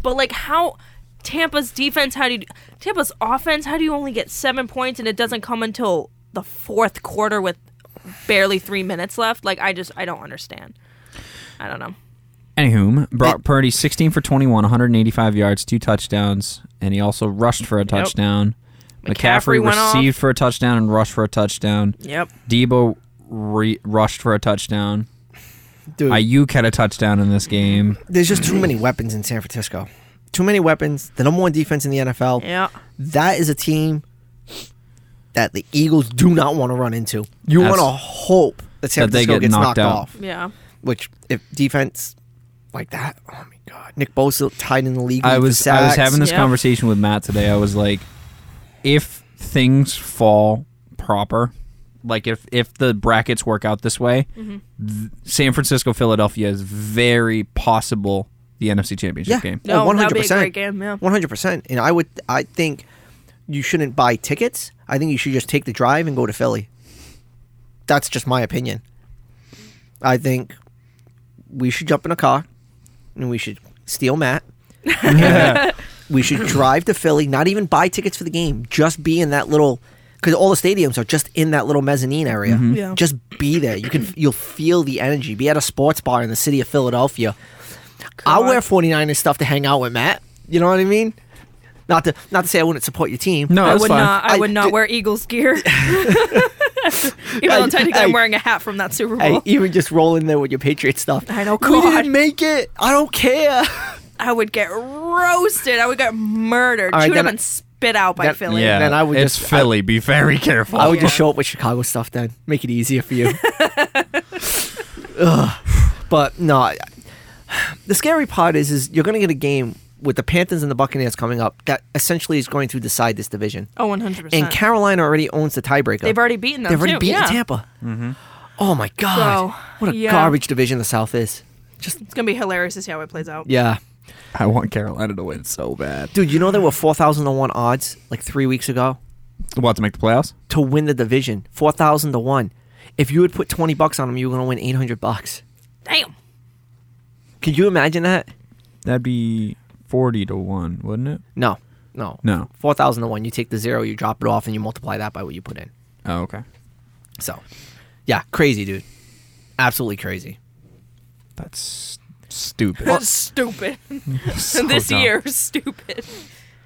S3: But like how Tampa's defense, how do you Tampa's offense, how do you only get seven points and it doesn't come until the fourth quarter with barely three minutes left? Like I just I don't understand. I don't know.
S2: Anywho, Brock Purdy 16 for 21, 185 yards, two touchdowns, and he also rushed for a touchdown. McCaffrey,
S3: McCaffrey went off.
S2: received for a touchdown and rushed for a touchdown.
S3: Yep.
S2: Debo re- rushed for a touchdown.
S1: Dude,
S2: Ayuk had a touchdown in this game.
S1: there's just too many weapons in San Francisco. Too many weapons. The number one defense in the NFL.
S3: Yeah.
S1: That is a team that the Eagles do not want to run into. You
S2: That's-
S1: want to hope that San
S2: that they
S1: Francisco
S2: get
S1: gets
S2: knocked
S1: knocked,
S2: out.
S1: off.
S3: Yeah.
S1: Which if defense like that, oh my god, Nick Bosa tied in the league.
S2: I
S1: with
S2: was
S1: the
S2: I was
S1: sacks.
S2: having this
S3: Yeah.
S2: conversation with Matt today. I was like, if things fall proper, like if if the brackets work out this way,
S3: Mm-hmm.
S2: th- San Francisco Philadelphia is very possible the NFC Championship
S1: yeah, Oh,
S2: game.
S3: No,
S1: one
S3: that'd
S1: hundred
S3: be a great
S1: percent,
S3: game, yeah.
S1: one hundred percent. And I would, I think you shouldn't buy tickets. I think you should just take the drive and go to Philly. That's just my opinion. I think we should jump in a car and we should steal Matt. We should drive to Philly, not even buy tickets for the game, just be in that little because all the stadiums are just in that little mezzanine area.
S3: Yeah.
S1: Just be there. You can you'll feel the energy. Be at a sports bar in the city of Philadelphia. I'll
S3: God.
S1: wear 49ers stuff to hang out with Matt. You know what I mean? Not to not to say I wouldn't support your team.
S2: No,
S3: I
S2: Oh, that's
S3: would
S2: fine.
S3: not. I,
S1: I
S3: would not
S1: did-
S3: wear Eagles gear. Even
S1: I-
S3: though technically
S1: I-
S3: I'm wearing a hat from that Super
S1: Hey,
S3: Bowl,
S1: even just roll in there with your Patriot stuff.
S3: I know,
S1: We
S3: God.
S1: didn't make it. I don't care.
S3: I would get roasted. I would get murdered,
S1: All right,
S3: chewed
S1: then
S3: up
S1: I-
S3: and spit out by
S1: then-
S3: Philly.
S1: Yeah. then I would
S2: it's
S1: just-
S2: Philly. be very careful.
S1: I would just
S3: Yeah.
S1: show up with Chicago stuff then. Make it easier for you. Ugh. But no, I- the scary part is is you're going to get a game with the Panthers and the Buccaneers coming up that essentially is going to decide this division.
S3: Oh, 100. percent
S1: And Carolina already owns the tiebreaker.
S3: They've already beaten them.
S1: They've already
S3: too.
S1: beaten
S3: yeah.
S1: Tampa. Oh my god!
S3: So,
S1: what a
S3: yeah.
S1: garbage division the South is.
S3: It's gonna be hilarious to see how it plays out.
S1: Yeah,
S2: I want Carolina to win so bad.
S1: dude. You know there were four thousand to one odds like three weeks ago
S2: What to make the playoffs?
S1: to win the division. Four thousand to one. If you had put twenty bucks on them, you were gonna win eight hundred bucks.
S3: Damn.
S1: Could you imagine that?
S2: That'd be forty to one, wouldn't it?
S1: No, no,
S2: No.
S1: Four thousand to one. You take the zero, you drop it off, and you multiply that by what you put in.
S2: Oh, okay.
S1: So, yeah, crazy, dude. Absolutely crazy.
S2: Mm. That's stupid.
S3: That's stupid.
S2: So
S3: this
S2: dumb.
S3: year, stupid.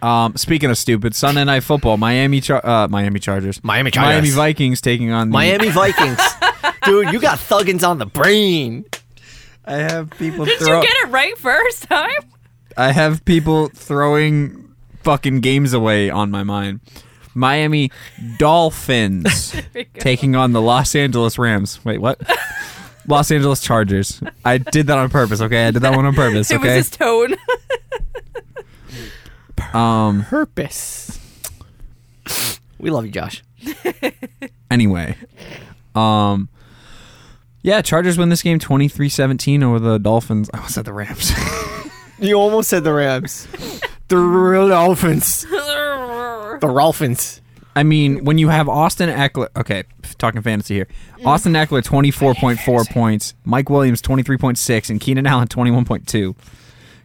S2: Um, speaking of stupid, Sunday night football, Miami, Char- uh, Miami Chargers,
S1: Miami Chargers.
S2: Miami Vikings taking on the-
S1: Miami Vikings, dude. You got thuggins on the brain.
S2: I have people
S3: Did
S2: throw.
S3: you get it right first time?
S2: I have people throwing fucking games away on my mind. Miami Dolphins
S3: we go.
S2: taking on the Los Angeles Rams. Wait, what? Los Angeles Chargers. I did that on purpose. Okay, I did that one on purpose.
S3: It was
S2: Okay.
S3: his tone.
S2: Um.
S1: purpose. We love you, Josh.
S2: Anyway. Um. Yeah, Chargers win this game 23-17 over the Dolphins. I was at the Rams.
S1: You almost said the Rams. the real Dolphins. The Rolfins.
S2: I mean, when you have Austin Eckler, okay, f- talking fantasy here.
S3: Mm.
S2: Austin Eckler, 24.4 points. Mike Williams, 23.6. And Keenan Allen, 21.2.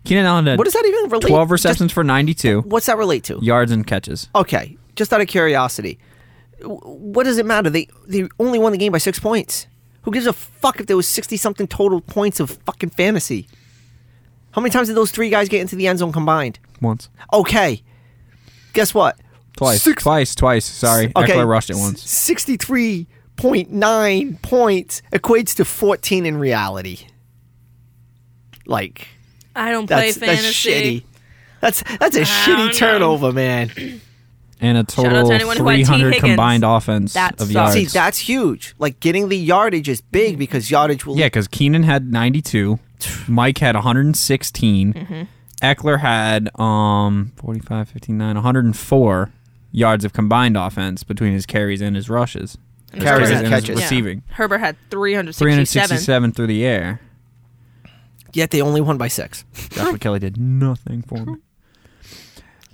S2: Keenan Allen had
S1: What does that even relate?
S2: 12
S1: just-
S2: receptions for 92
S1: what's that relate to?
S2: yards and catches.
S1: Okay, just out of curiosity, w- what does it matter? They they only won the game by six points. Who gives a fuck if there was sixty something total points of fucking fantasy? How many times did those three guys get into the end zone combined?
S2: Once.
S1: Okay, guess what?
S2: Twice.
S1: Six-
S2: Twice. Twice. Sorry. Eckler rushed it once.
S1: Sixty-three point nine points equates to fourteen in reality. Like
S3: I don't play
S1: that's that's shitty.
S3: fantasy.
S1: That's that's a
S3: don't know.
S1: shitty turnover, man.
S2: And a
S3: out to
S2: total
S3: anyone who had T.
S2: 300
S3: Higgins.
S2: combined offense
S3: That
S2: of
S3: sucks.
S2: yards.
S1: See, that's huge. Like getting the yardage is big because yardage will.
S2: Mm-hmm. yeah, because Keenan had 92. Mike had 116. Eckler had um 45, 59, 104 yards of combined offense between his carries and his rushes. His
S1: Carries and
S2: his
S1: catches.
S2: Receiving.
S3: Herbert had 367.
S2: 367 through the air.
S1: Yet they only won by six.
S2: Joshua Kelly did nothing for me.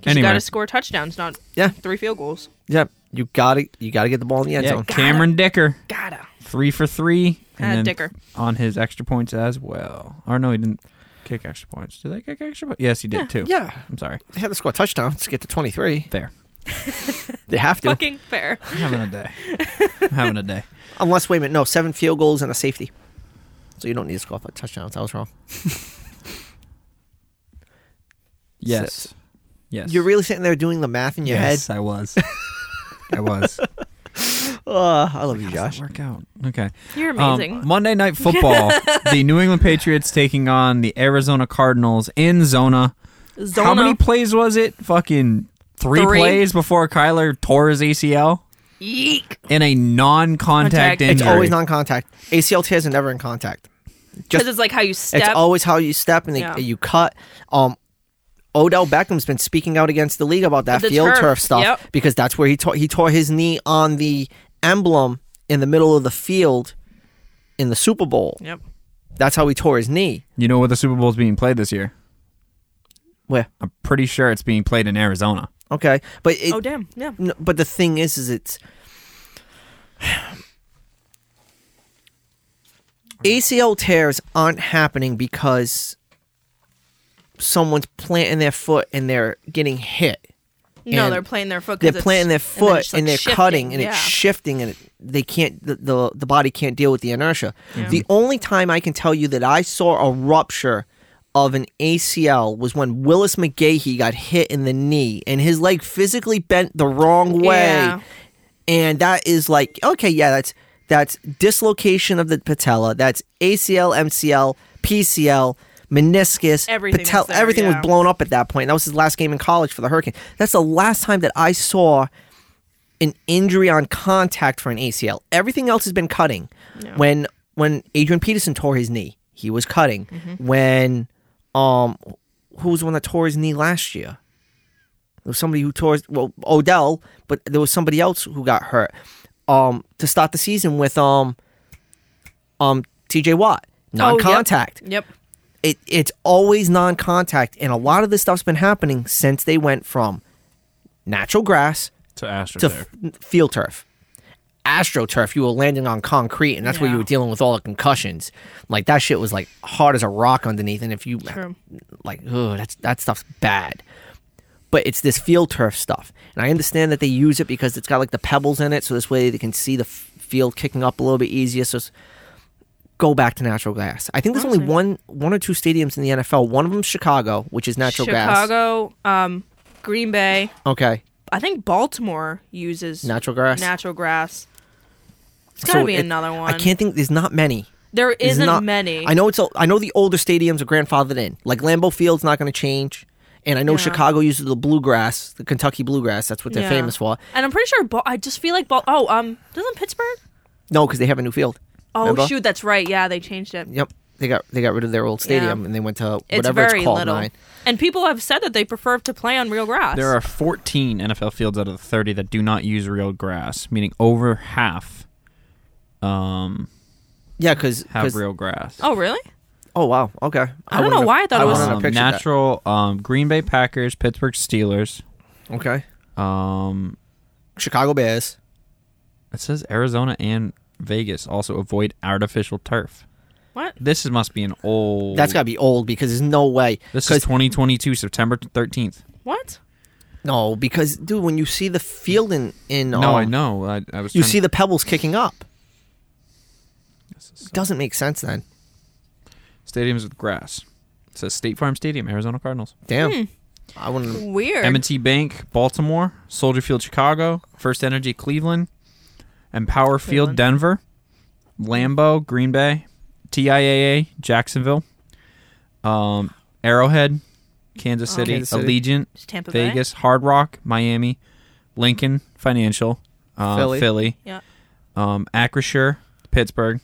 S3: You
S2: Anyway,
S3: gotta score touchdowns, not
S1: Yeah.
S3: three field goals.
S1: Yep. You gotta you gotta get the ball in the end
S2: yeah,
S1: zone.
S2: Cameron Dicker,
S3: Gotta.
S2: three for three.
S3: Ah,
S2: And then
S3: Dicker.
S2: On his extra points as well. Or no, he didn't kick extra points. Did I kick extra points? Yes, he did too.
S1: Yeah.
S2: I'm sorry.
S1: They had to score touchdowns to get to twenty three.
S2: There.
S1: They have to.
S3: Fucking fair.
S2: I'm having a day. I'm having a day.
S1: Unless wait a minute, no, seven field goals and a safety. So you don't need to score for touchdowns. I was wrong.
S2: Yes. Yes.
S1: You're really sitting there doing the math in your
S2: yes,
S1: head.
S2: I was.
S1: I was. Uh, I love you, Josh.
S2: Work out. Okay.
S3: You're
S2: Um,
S3: amazing.
S2: Monday Night Football. the New England Patriots taking on the Arizona Cardinals in Zona.
S3: Zona.
S2: How many plays was it? Fucking three,
S3: Three.
S2: plays before Kyler tore his ACL
S3: Yeek.
S2: in a non-contact
S3: Contact.
S2: injury.
S3: It's
S1: It's always non-contact. ACL tears are never in contact.
S3: Because it's like how you step.
S1: It's always how you step and they,
S3: Yeah.
S1: you cut. Um, Odell Beckham's been speaking out against the league about that
S3: The
S1: field
S3: turf,
S1: turf, stuff
S3: yep.
S1: because that's where he tore he tore his knee on the emblem in the middle of the field in the Super Bowl.
S3: yep.
S1: That's how he tore his knee.
S2: You know where the Super Bowl's being played this year?
S1: Where
S2: I'm pretty sure it's being played in Arizona.
S1: okay, but it,
S3: Oh damn. Yeah.
S1: No, but the thing is, is it's ACL tears aren't happening because someone's planting their foot and they're getting hit.
S3: No,
S1: And
S3: they're playing their foot. 'cause
S1: They're
S3: it's-
S1: planting their
S3: and then
S1: foot and,
S3: just, like,
S1: they're
S3: shifting.
S1: cutting and it's
S3: Yeah.
S1: shifting and it, they can't the, the the body can't deal with the inertia. The only time I can tell you that I saw a rupture of an ACL was when Willis McGahee got hit in the knee and his leg physically bent the wrong way.
S3: Yeah.
S1: And that is like okay, yeah, that's that's dislocation of the patella, that's ACL, MCL, PCL, meniscus,
S3: Everything was
S1: patella,
S3: there,
S1: everything
S3: yeah.
S1: was blown up at that point. That was his last game in college for the Hurricane. That's the last time that I saw an injury on contact for an ACL. Everything else has been cutting. When when Adrian Peterson tore his knee, he was cutting.
S3: Mm-hmm.
S1: When um who was the one that tore his knee last year? There was somebody who tore his, well Odell, but there was somebody else who got hurt. Um to start the season with um um TJ Watt.
S3: Oh,
S1: Non
S3: yep.
S1: contact
S3: Yep.
S1: it it's always non-contact and a lot of this stuff's been happening since they went from natural grass
S2: To Astro.
S1: to f- field turf astroturf you were landing on concrete and that's where you
S3: Yeah.
S1: were dealing with all the concussions like that shit was like hard as a rock underneath and if you
S3: True.
S1: like ugh, that's that stuff's bad but it's this field turf stuff and i understand that they use it because it's got like the pebbles in it so this way they can see the f- field kicking up a little bit easier so it's- go back to natural gas i think there's only one one or two stadiums in the nfl one of them's chicago which is natural gas
S3: Chicago. Um. Green Bay.
S1: okay
S3: I think Baltimore uses
S1: natural gas
S3: natural grass. It's gotta
S1: So
S3: be
S1: it-
S3: another one.
S1: i can't think there's not many
S3: There
S1: There's
S3: isn't
S1: not-
S3: many.
S1: I know it's. a- I know the older stadiums are grandfathered in. Like Lambeau Field's not going to change, and I know
S3: Yeah.
S1: Chicago uses the bluegrass, the Kentucky bluegrass. That's what they're
S3: Yeah.
S1: famous for.
S3: And I'm pretty sure. Bal- I just feel like. Bal- oh, um, doesn't Pittsburgh?
S1: No, because they have a new field.
S3: Oh
S1: Remember?
S3: shoot, that's right. Yeah, they changed it.
S1: Yep, they got they got rid of their old stadium
S3: Yeah.
S1: and they went to
S3: It's
S1: whatever
S3: very
S1: it's called.
S3: little.
S1: now.
S3: And people have said that they prefer to play on real grass.
S2: There are 14 NFL fields out of the 30 that do not use real grass, meaning over half um,
S1: Yeah, because
S2: have real grass.
S3: oh really?
S1: oh wow okay.
S3: I don't
S1: wouldn't
S3: know
S1: have-
S3: why I thought it was-
S1: wouldn't have
S2: Um,
S1: pictured that.
S2: natural um, Green Bay Packers, Pittsburgh Steelers.
S1: Okay,
S2: Um,
S1: Chicago Bears.
S2: it says Arizona and Vegas also avoid artificial turf.
S3: What?
S2: This is, must be an old.
S1: That's got to be old because there's no way.
S2: This
S1: 'cause-
S2: is 2022, September 13th.
S3: What?
S1: no because dude, when you see the field in in
S2: No, I
S1: um,
S2: know. I, I was.
S1: you
S2: trying
S1: see
S2: to-
S1: the pebbles kicking up.
S2: This is-
S1: Doesn't make sense then.
S2: stadiums with grass. It says State Farm Stadium, Arizona Cardinals,
S1: Damn,
S3: Hmm.
S1: I wouldn't. have-
S3: Weird.
S2: M&T Bank, Baltimore, Soldier Field, Chicago, First Energy, Cleveland, Empower Field,
S3: Cleveland.
S2: Denver, Lambeau, Green Bay, TIAA, Jacksonville, um, Arrowhead, Kansas City,
S1: Oh, Kansas City.
S2: Allegiant,
S3: It's Tampa Bay.
S2: Vegas, Hard Rock, Miami, Lincoln Financial, uh, Philly,
S1: Philly.
S3: Yeah.
S2: um, Acrisure, Pittsburgh.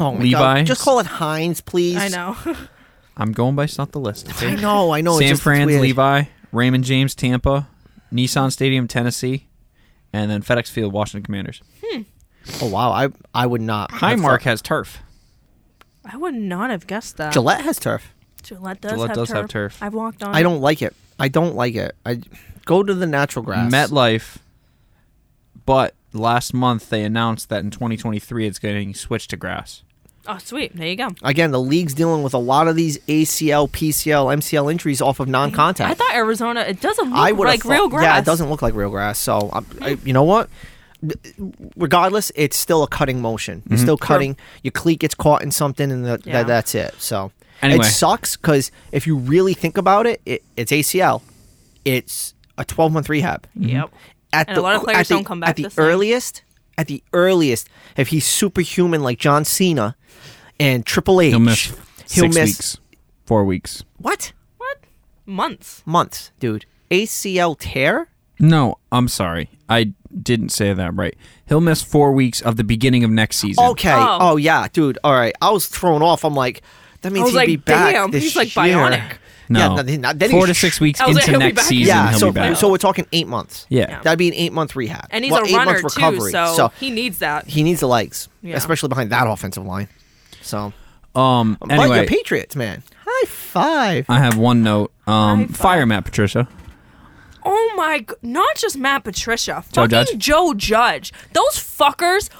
S1: Oh my
S2: Levi's.
S1: God. Just call it Heinz, please.
S3: I know.
S2: I'm going by. It's not the list. okay?
S1: I know. I know. it's
S2: San
S1: just, it's
S2: Fran's
S1: weird.
S2: Levi, Raymond James Tampa, Nissan Stadium Tennessee, and then FedEx Field Washington Commanders.
S1: Oh wow. I I would not.
S2: Highmark has turf.
S3: I would not have guessed that.
S1: Gillette has turf.
S3: Gillette does,
S2: Gillette
S3: have,
S2: does
S3: turf.
S2: have turf.
S3: I've walked on.
S1: I don't like it. I don't like it. I go to the natural grass.
S2: MetLife, but last month they announced that in 2023 it's getting switched to grass.
S3: Oh sweet, there you go.
S1: Again, the league's dealing with a lot of these ACL, PCL, MCL injuries off of non-contact.
S3: I thought Arizona. It doesn't look
S1: I would
S3: like real grass.
S1: Yeah, it doesn't look like real grass. So I, I, you know what? Regardless, it's still a cutting motion. You're still cutting. Your cleat gets caught in something, and the,
S3: Mm-hmm. Yeah.
S1: tha- that's it. So
S2: Anyway.
S1: it sucks because if you really think about it, it it's ACL. It's a 12 month rehab.
S3: Yep.
S1: at
S3: And
S1: the
S3: a lot of players
S1: at the,
S3: don't come back
S1: at the
S3: this time.
S1: earliest. At the earliest, if he's superhuman like John Cena and Triple H,
S2: He'll miss
S1: he'll
S2: six
S1: miss-
S2: weeks, four weeks.
S1: what
S3: What? Months.
S1: months, dude? ACL tear?
S2: No, I'm sorry, I didn't say that right. He'll miss four weeks of the beginning of next season.
S1: Okay.
S3: Oh.
S1: Oh. yeah, dude. All right. I was thrown off. I'm like, that means
S3: was
S1: he'd
S3: like,
S1: be back.
S3: damn,
S1: this
S3: he's like
S1: year.
S3: bionic.
S2: No,
S1: Yeah, no, then- then
S2: four
S1: he's
S2: to six weeks
S3: I was
S2: into
S3: like, he'll be
S2: next
S3: back.
S2: season,
S1: Yeah.
S2: he'll
S1: So,
S2: be back.
S1: so we're talking eight months.
S2: yeah.
S1: That'd be an eight month rehab.
S3: And he's
S1: well,
S3: a
S1: eight
S3: runner
S1: month
S3: too,
S1: recovery.
S3: so, he needs that.
S1: he needs the legs,
S3: Yeah.
S1: especially behind that offensive line. So,
S2: Um.
S1: but you're
S2: Anyway,
S1: Patriots, man. High five.
S2: I have one note. Um.
S3: High five.
S2: Fire Matt Patricia.
S3: Oh my! g- Not just Matt Patricia,
S2: Joe
S3: fucking
S2: Judge?
S3: Joe Judge. Those fuckers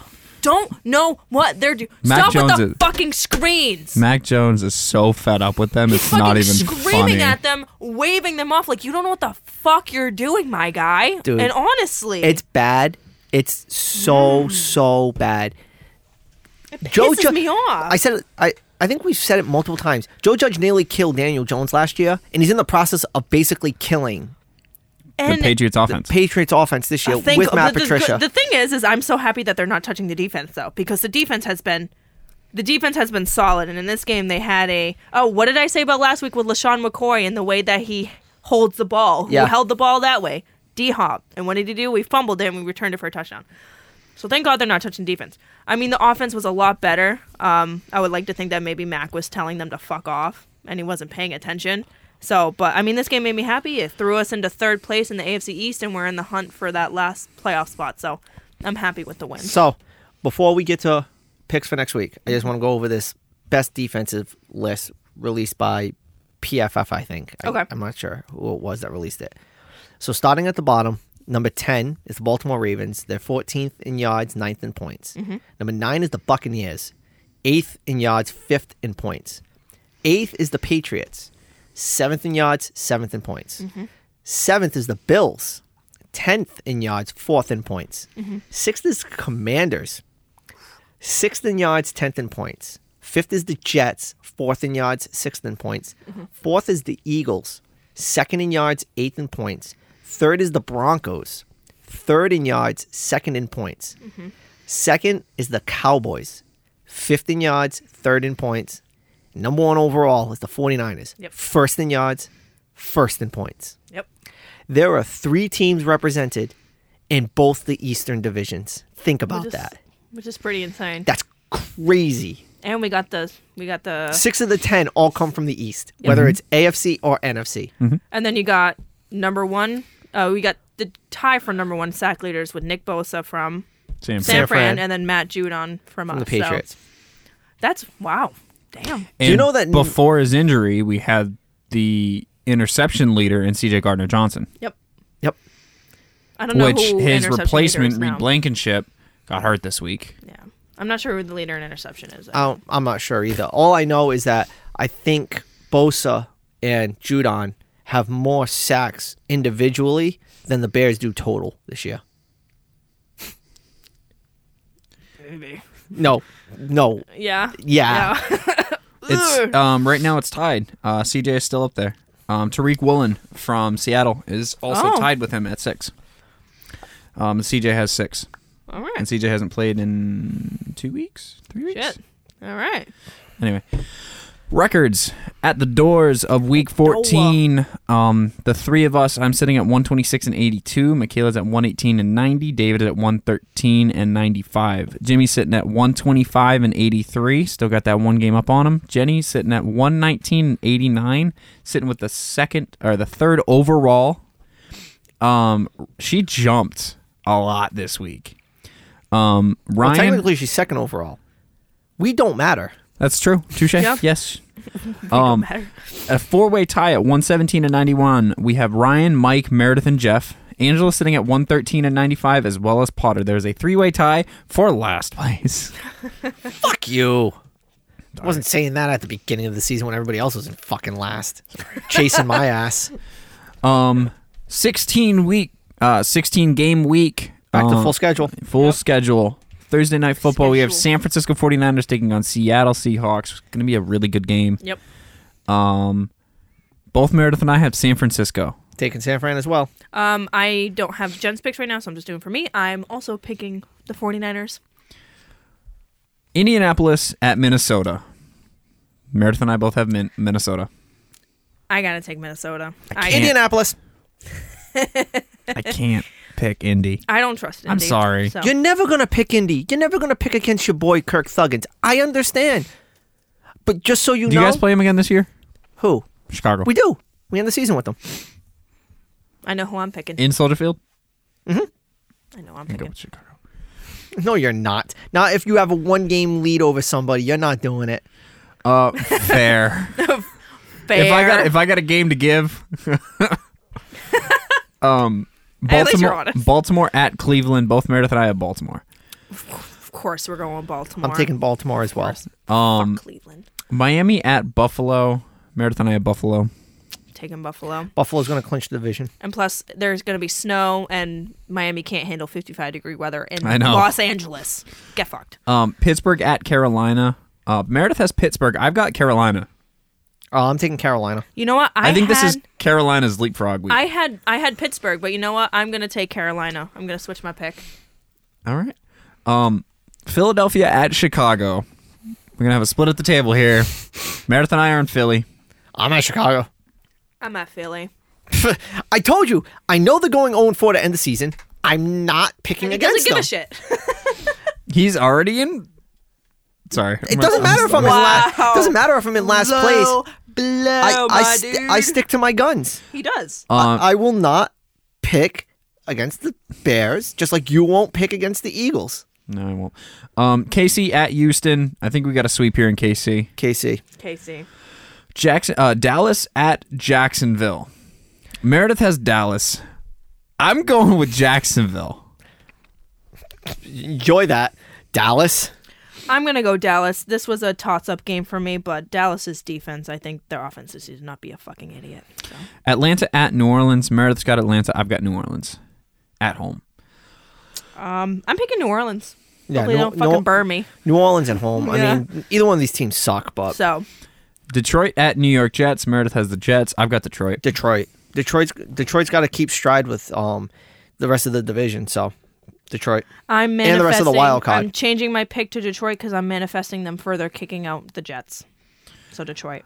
S3: don't know what they're doing.
S2: Mac
S3: Stop with
S2: Jones
S3: the
S2: is-
S3: fucking screens.
S2: Mac Jones is so fed up with them. it's
S3: fucking
S2: not even
S3: screaming
S2: funny.
S3: at them, waving them off like you don't know what the fuck you're doing, my guy.
S1: Dude,
S3: and honestly,
S1: It's bad. It's so so bad. Joe
S3: pisses
S1: Ju-
S3: me off.
S1: I said it. I. I think we've said it multiple times. Joe Judge nearly killed Daniel Jones last year, and he's in the process of basically killing
S2: The
S3: and
S2: Patriots offense.
S1: Patriots offense this year
S3: thank-
S1: with Matt
S3: the, the-
S1: Patricia.
S3: The, thing is, is I'm so happy that they're not touching the defense though, because the defense has been. The defense has been solid, and in this game they had a oh, what did I say about last week with Lashawn McCoy and the way that he holds the ball?
S1: Yeah.
S3: Who held the ball that way? D Hop. And what did he do? We fumbled it and we returned it for a touchdown. So thank God they're not touching defense. I mean, the offense was a lot better. Um, I would like to think that maybe Mac was telling them to fuck off and he wasn't paying attention. So, but I mean, this game made me happy. It threw us into third place in the AFC East and we're in the hunt for that last playoff spot. So I'm happy with the win.
S1: so, before we get to picks for next week, I just want to go over this best defensive list released by PFF. I think. I-
S3: Okay.
S1: I'm not sure who it was that released it. So, starting at the bottom, number ten is the Baltimore Ravens. They're 14th in yards, 9th in points. Number nine is the Buccaneers, eighth in yards, fifth in points. Eighth is the Patriots, seventh in yards, seventh in points. Seventh is the Bills, tenth in yards, fourth in points. Sixth is Commanders, sixth in yards, tenth in points. Fifth is the Jets, fourth in yards, sixth in points. Fourth is the Eagles, second in yards, eighth in points. Third is the Broncos, third in yards, second in points. Second is the Cowboys, fifth in yards, third in points. Number one overall is the 49ers,
S3: Yep.
S1: first in yards, first in points
S3: Yep.
S1: there are three teams represented in both the Eastern divisions. Think about
S3: Which is-
S1: that.
S3: Which is pretty insane.
S1: That's crazy.
S3: And we got the, we got the,
S1: Six of the ten all come from the East, whether it's AFC or NFC.
S3: and then you got number one. Uh, we got the tie for number one sack leaders with Nick Bosa from
S2: Sam.
S3: San,
S1: San
S3: Fran,
S1: Fran.
S3: and then Matt Judon from,
S1: From
S3: us.
S1: the
S3: So
S1: Patriots.
S3: that's wow. Damn.
S2: And
S1: you know that-
S2: before his injury, we had the interception leader in C.J. Gardner Johnson,
S3: Yep.
S1: Yep.
S3: I don't know
S2: which
S3: who
S2: his
S3: interception leader
S2: replacement
S3: is
S2: Reed
S3: now.
S2: Blankenship got hurt this week.
S3: Yeah, I'm not sure who the leader in interception is.
S1: I don't, I'm not sure either. All I know is that I think Bosa and Judon have more sacks individually than the Bears do total this year. No, no,
S3: Yeah.
S1: Yeah.
S2: It's um, right now it's tied. Uh, C.J. is still up there. Um, Tariq Woolen from Seattle is also
S3: Oh.
S2: tied with him at six. Um, C.J. has six,
S3: All
S2: and
S3: right.
S2: C.J. hasn't played in two weeks, three weeks.
S3: Shit. All right.
S2: Anyway, records at the doors of week 14. Um, the three of us, I'm sitting at 126 and 82. Michaela's at 118 and 90. David at 113 and 95. Jimmy's sitting at 125 and 83. Still got that one game up on him. Jenny's sitting at 119 and 89. Sitting with the second or the third overall. Um, she jumped a lot this week. Um,
S1: Well,
S2: Ryan,
S1: technically she's second overall. We don't matter.
S2: that's true. Touche.
S3: Yeah.
S2: Yes,
S3: Um. Matter.
S2: a four-way tie at 117 and 91. We have Ryan, Mike, Meredith, and Jeff. Angela sitting at 113 and 95, as well as Potter. There's a three-way tie for last place.
S1: Fuck you. I wasn't saying that at the beginning of the season when everybody else was in fucking last, chasing my ass
S2: Um, 16 week, uh, 16 game week.
S1: back to
S2: Uh,
S1: full schedule.
S2: full schedule. Thursday night football. We have
S3: Schedule.
S2: San Francisco 49ers taking on Seattle Seahawks. It's going to be a really good game.
S3: Yep.
S2: Um, both Meredith and I have San Francisco.
S1: Taking San Fran as well.
S3: Um, I don't have Jen's picks right now, so I'm just doing for me. I'm also picking the 49ers.
S2: Indianapolis at Minnesota. Meredith and I both have min- Minnesota.
S3: I gotta take Minnesota.
S2: can't.
S3: I,
S1: Indianapolis.
S2: I can't pick Indy.
S3: I don't trust. Indy,
S2: I'm sorry.
S3: so-
S1: You're never gonna pick Indy. You're never gonna pick against your boy Kirk Thuggins. I understand, but just so you
S2: Do you
S1: know,
S2: guys play him again this year?
S1: who
S2: Chicago.
S1: we do. We end the season with them.
S3: I know who I'm picking.
S2: in Soldier Field.
S3: I know who I'm
S2: I'm gonna go
S3: picking.
S2: with Chicago.
S1: No, you're not. Now, if you have a one game lead over somebody, you're not doing it.
S2: Uh, fair.
S3: Fair.
S2: If I got if I got a game to give, um,
S3: At least you're
S2: Baltimore,
S3: honest.
S2: Baltimore at Cleveland. Both Meredith and I have Baltimore.
S3: of course, we're going Baltimore.
S1: I'm taking Baltimore as well.
S2: Um,
S3: Cleveland.
S2: Miami at Buffalo. Meredith and I have Buffalo.
S3: Taking Buffalo.
S1: Buffalo's gonna clinch the division.
S3: And plus, there's going to be snow, and Miami can't handle 55 degree weather in
S2: I know.
S3: Los Angeles. Get fucked.
S2: Um, Pittsburgh at Carolina. Uh, Meredith has Pittsburgh. I've got Carolina.
S1: Oh, I'm taking Carolina.
S3: You know what? I,
S2: I, think
S3: had,
S2: this is Carolina's leapfrog week.
S3: I had I had Pittsburgh, but you know what? I'm gonna take Carolina. I'm gonna switch my pick.
S2: All right. Um, Philadelphia at Chicago. We're gonna have a split at the table here. Meredith and I are in Philly.
S1: I'm at Chicago.
S3: I'm at Philly.
S1: I told you. I know they're going 0 4 to end the season. I'm not picking
S3: He doesn't
S1: against
S3: give
S1: them.
S3: a shit.
S2: He's already in. Sorry.
S1: It doesn't matter if I'm in last.
S3: Wow.
S1: Doesn't matter if I'm in last place.
S3: Blow,
S1: I I, st- I stick to my guns.
S3: he does.
S2: Um,
S1: I will not pick against the Bears, just like you won't pick against the Eagles.
S2: no, I won't. Um, KC at Houston. I think we got a sweep here in KC.
S1: KC.
S3: Casey.
S2: Jackson, uh, Dallas at Jacksonville. Meredith has Dallas. I'm going with Jacksonville.
S1: Enjoy that. Dallas.
S3: I'm gonna go Dallas. This was a toss up game for me, but Dallas's defense, I think their offense is to not be a fucking idiot. So.
S2: Atlanta at New Orleans. Meredith's got Atlanta. I've got New Orleans at home.
S3: Um, I'm picking New Orleans.
S1: Yeah,
S3: Hopefully they
S1: New-
S3: don't fucking
S1: New-
S3: burn me.
S1: New Orleans at home. I
S3: Yeah.
S1: mean, either one of these teams suck,
S2: Uh,
S1: but
S3: So
S2: Detroit at New York Jets. Meredith has the Jets. I've got Detroit.
S1: Detroit. Detroit's Detroit's got to keep stride with um the rest of the division. So Detroit.
S3: I'm manifesting.
S1: And the rest of the wild card.
S3: I'm changing my pick to Detroit because I'm manifesting them further, kicking out the Jets. So Detroit.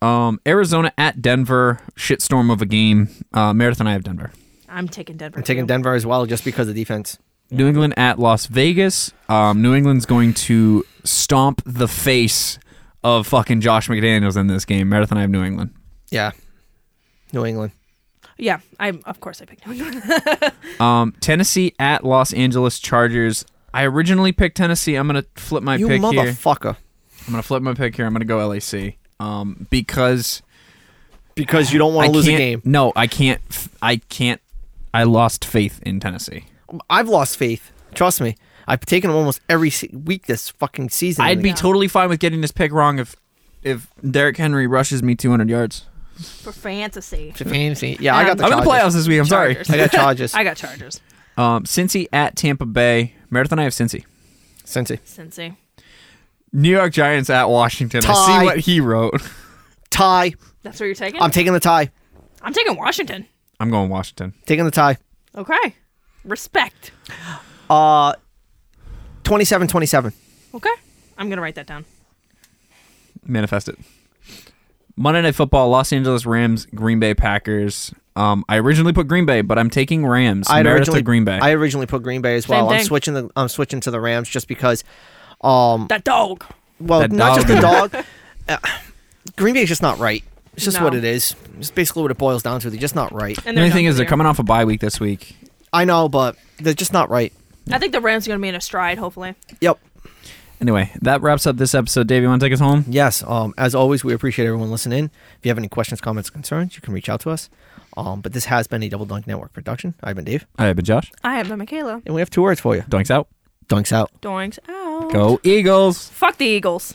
S2: Um, Arizona at Denver. Shitstorm of a game. Uh, Meredith and I have Denver.
S3: I'm taking Denver.
S1: I'm taking
S3: too.
S1: Denver as well, just because of defense.
S2: New England at Las Vegas. Um, New England's going to stomp the face of fucking Josh McDaniels in this game. Meredith and I have New England.
S1: Yeah. New England.
S3: Yeah, I'm of course I picked New England.
S2: Um, Tennessee at Los Angeles Chargers. I originally picked Tennessee. I'm gonna flip my
S1: you
S2: pick here.
S1: motherfucker.
S2: I'm gonna flip my pick here. I'm gonna go LAC um, because
S1: Because you don't want
S2: I
S1: to lose a
S2: can't-
S1: game.
S2: No, I can't. f- I can't. I lost faith in Tennessee.
S1: I've lost faith. Trust me. I've taken them almost every se- week this fucking season.
S2: I'd be totally fine with getting this pick wrong if if Derrick Henry rushes me 200 yards.
S3: for fantasy.
S1: fancy. Yeah, I got the
S2: I'm in the
S1: Chargers.
S2: playoffs this week. I'm sorry.
S3: Chargers.
S1: I got Chargers.
S3: I got Chargers.
S2: Um, Cincy at Tampa Bay. Meredith and I have Cincy.
S1: Cincy.
S3: Cincy.
S2: New York Giants at Washington. I
S1: Tie.
S2: see what he wrote.
S1: Tie.
S3: That's what you're taking.
S1: I'm taking the tie.
S3: I'm taking Washington.
S2: I'm going Washington.
S1: Taking the tie.
S3: Okay. Respect.
S1: Uh 27-27.
S3: Okay. I'm gonna write that down.
S2: Manifest it. Monday Night Football. Los Angeles Rams. Green Bay Packers. Um, I originally put Green Bay, but I'm taking Rams.
S1: I had
S2: Meredith
S1: originally
S2: to Green Bay.
S1: I originally put Green Bay as well. I'm
S3: thing.
S1: switching the I'm switching to the Rams just because um
S3: That dog.
S1: well,
S2: That
S1: not just the
S2: dog.
S1: dog. Uh, Green Bay is just not right. It's just
S3: No.
S1: what it is. It's basically what it boils down to. They're just not right.
S3: And
S2: the only
S3: done
S2: thing is
S3: for
S2: they're
S3: you.
S2: coming off a bye week this week.
S1: I know, but they're just not right.
S3: I think the Rams are gonna be in a stride. Hopefully.
S1: Yep.
S2: Anyway, that wraps up this episode. Dave, you want to take us home?
S1: Yes. Um, as always, we appreciate everyone listening. If you have any questions, comments, concerns, you can reach out to us. Um, but this has been a Double Dunk Network production. I've been Dave,
S2: I have been Josh.
S3: I have been Michaela.
S1: and we have two words for you.
S2: Doinks out.
S1: Dunks out.
S3: Doinks out.
S2: Go Eagles.
S3: Fuck the Eagles.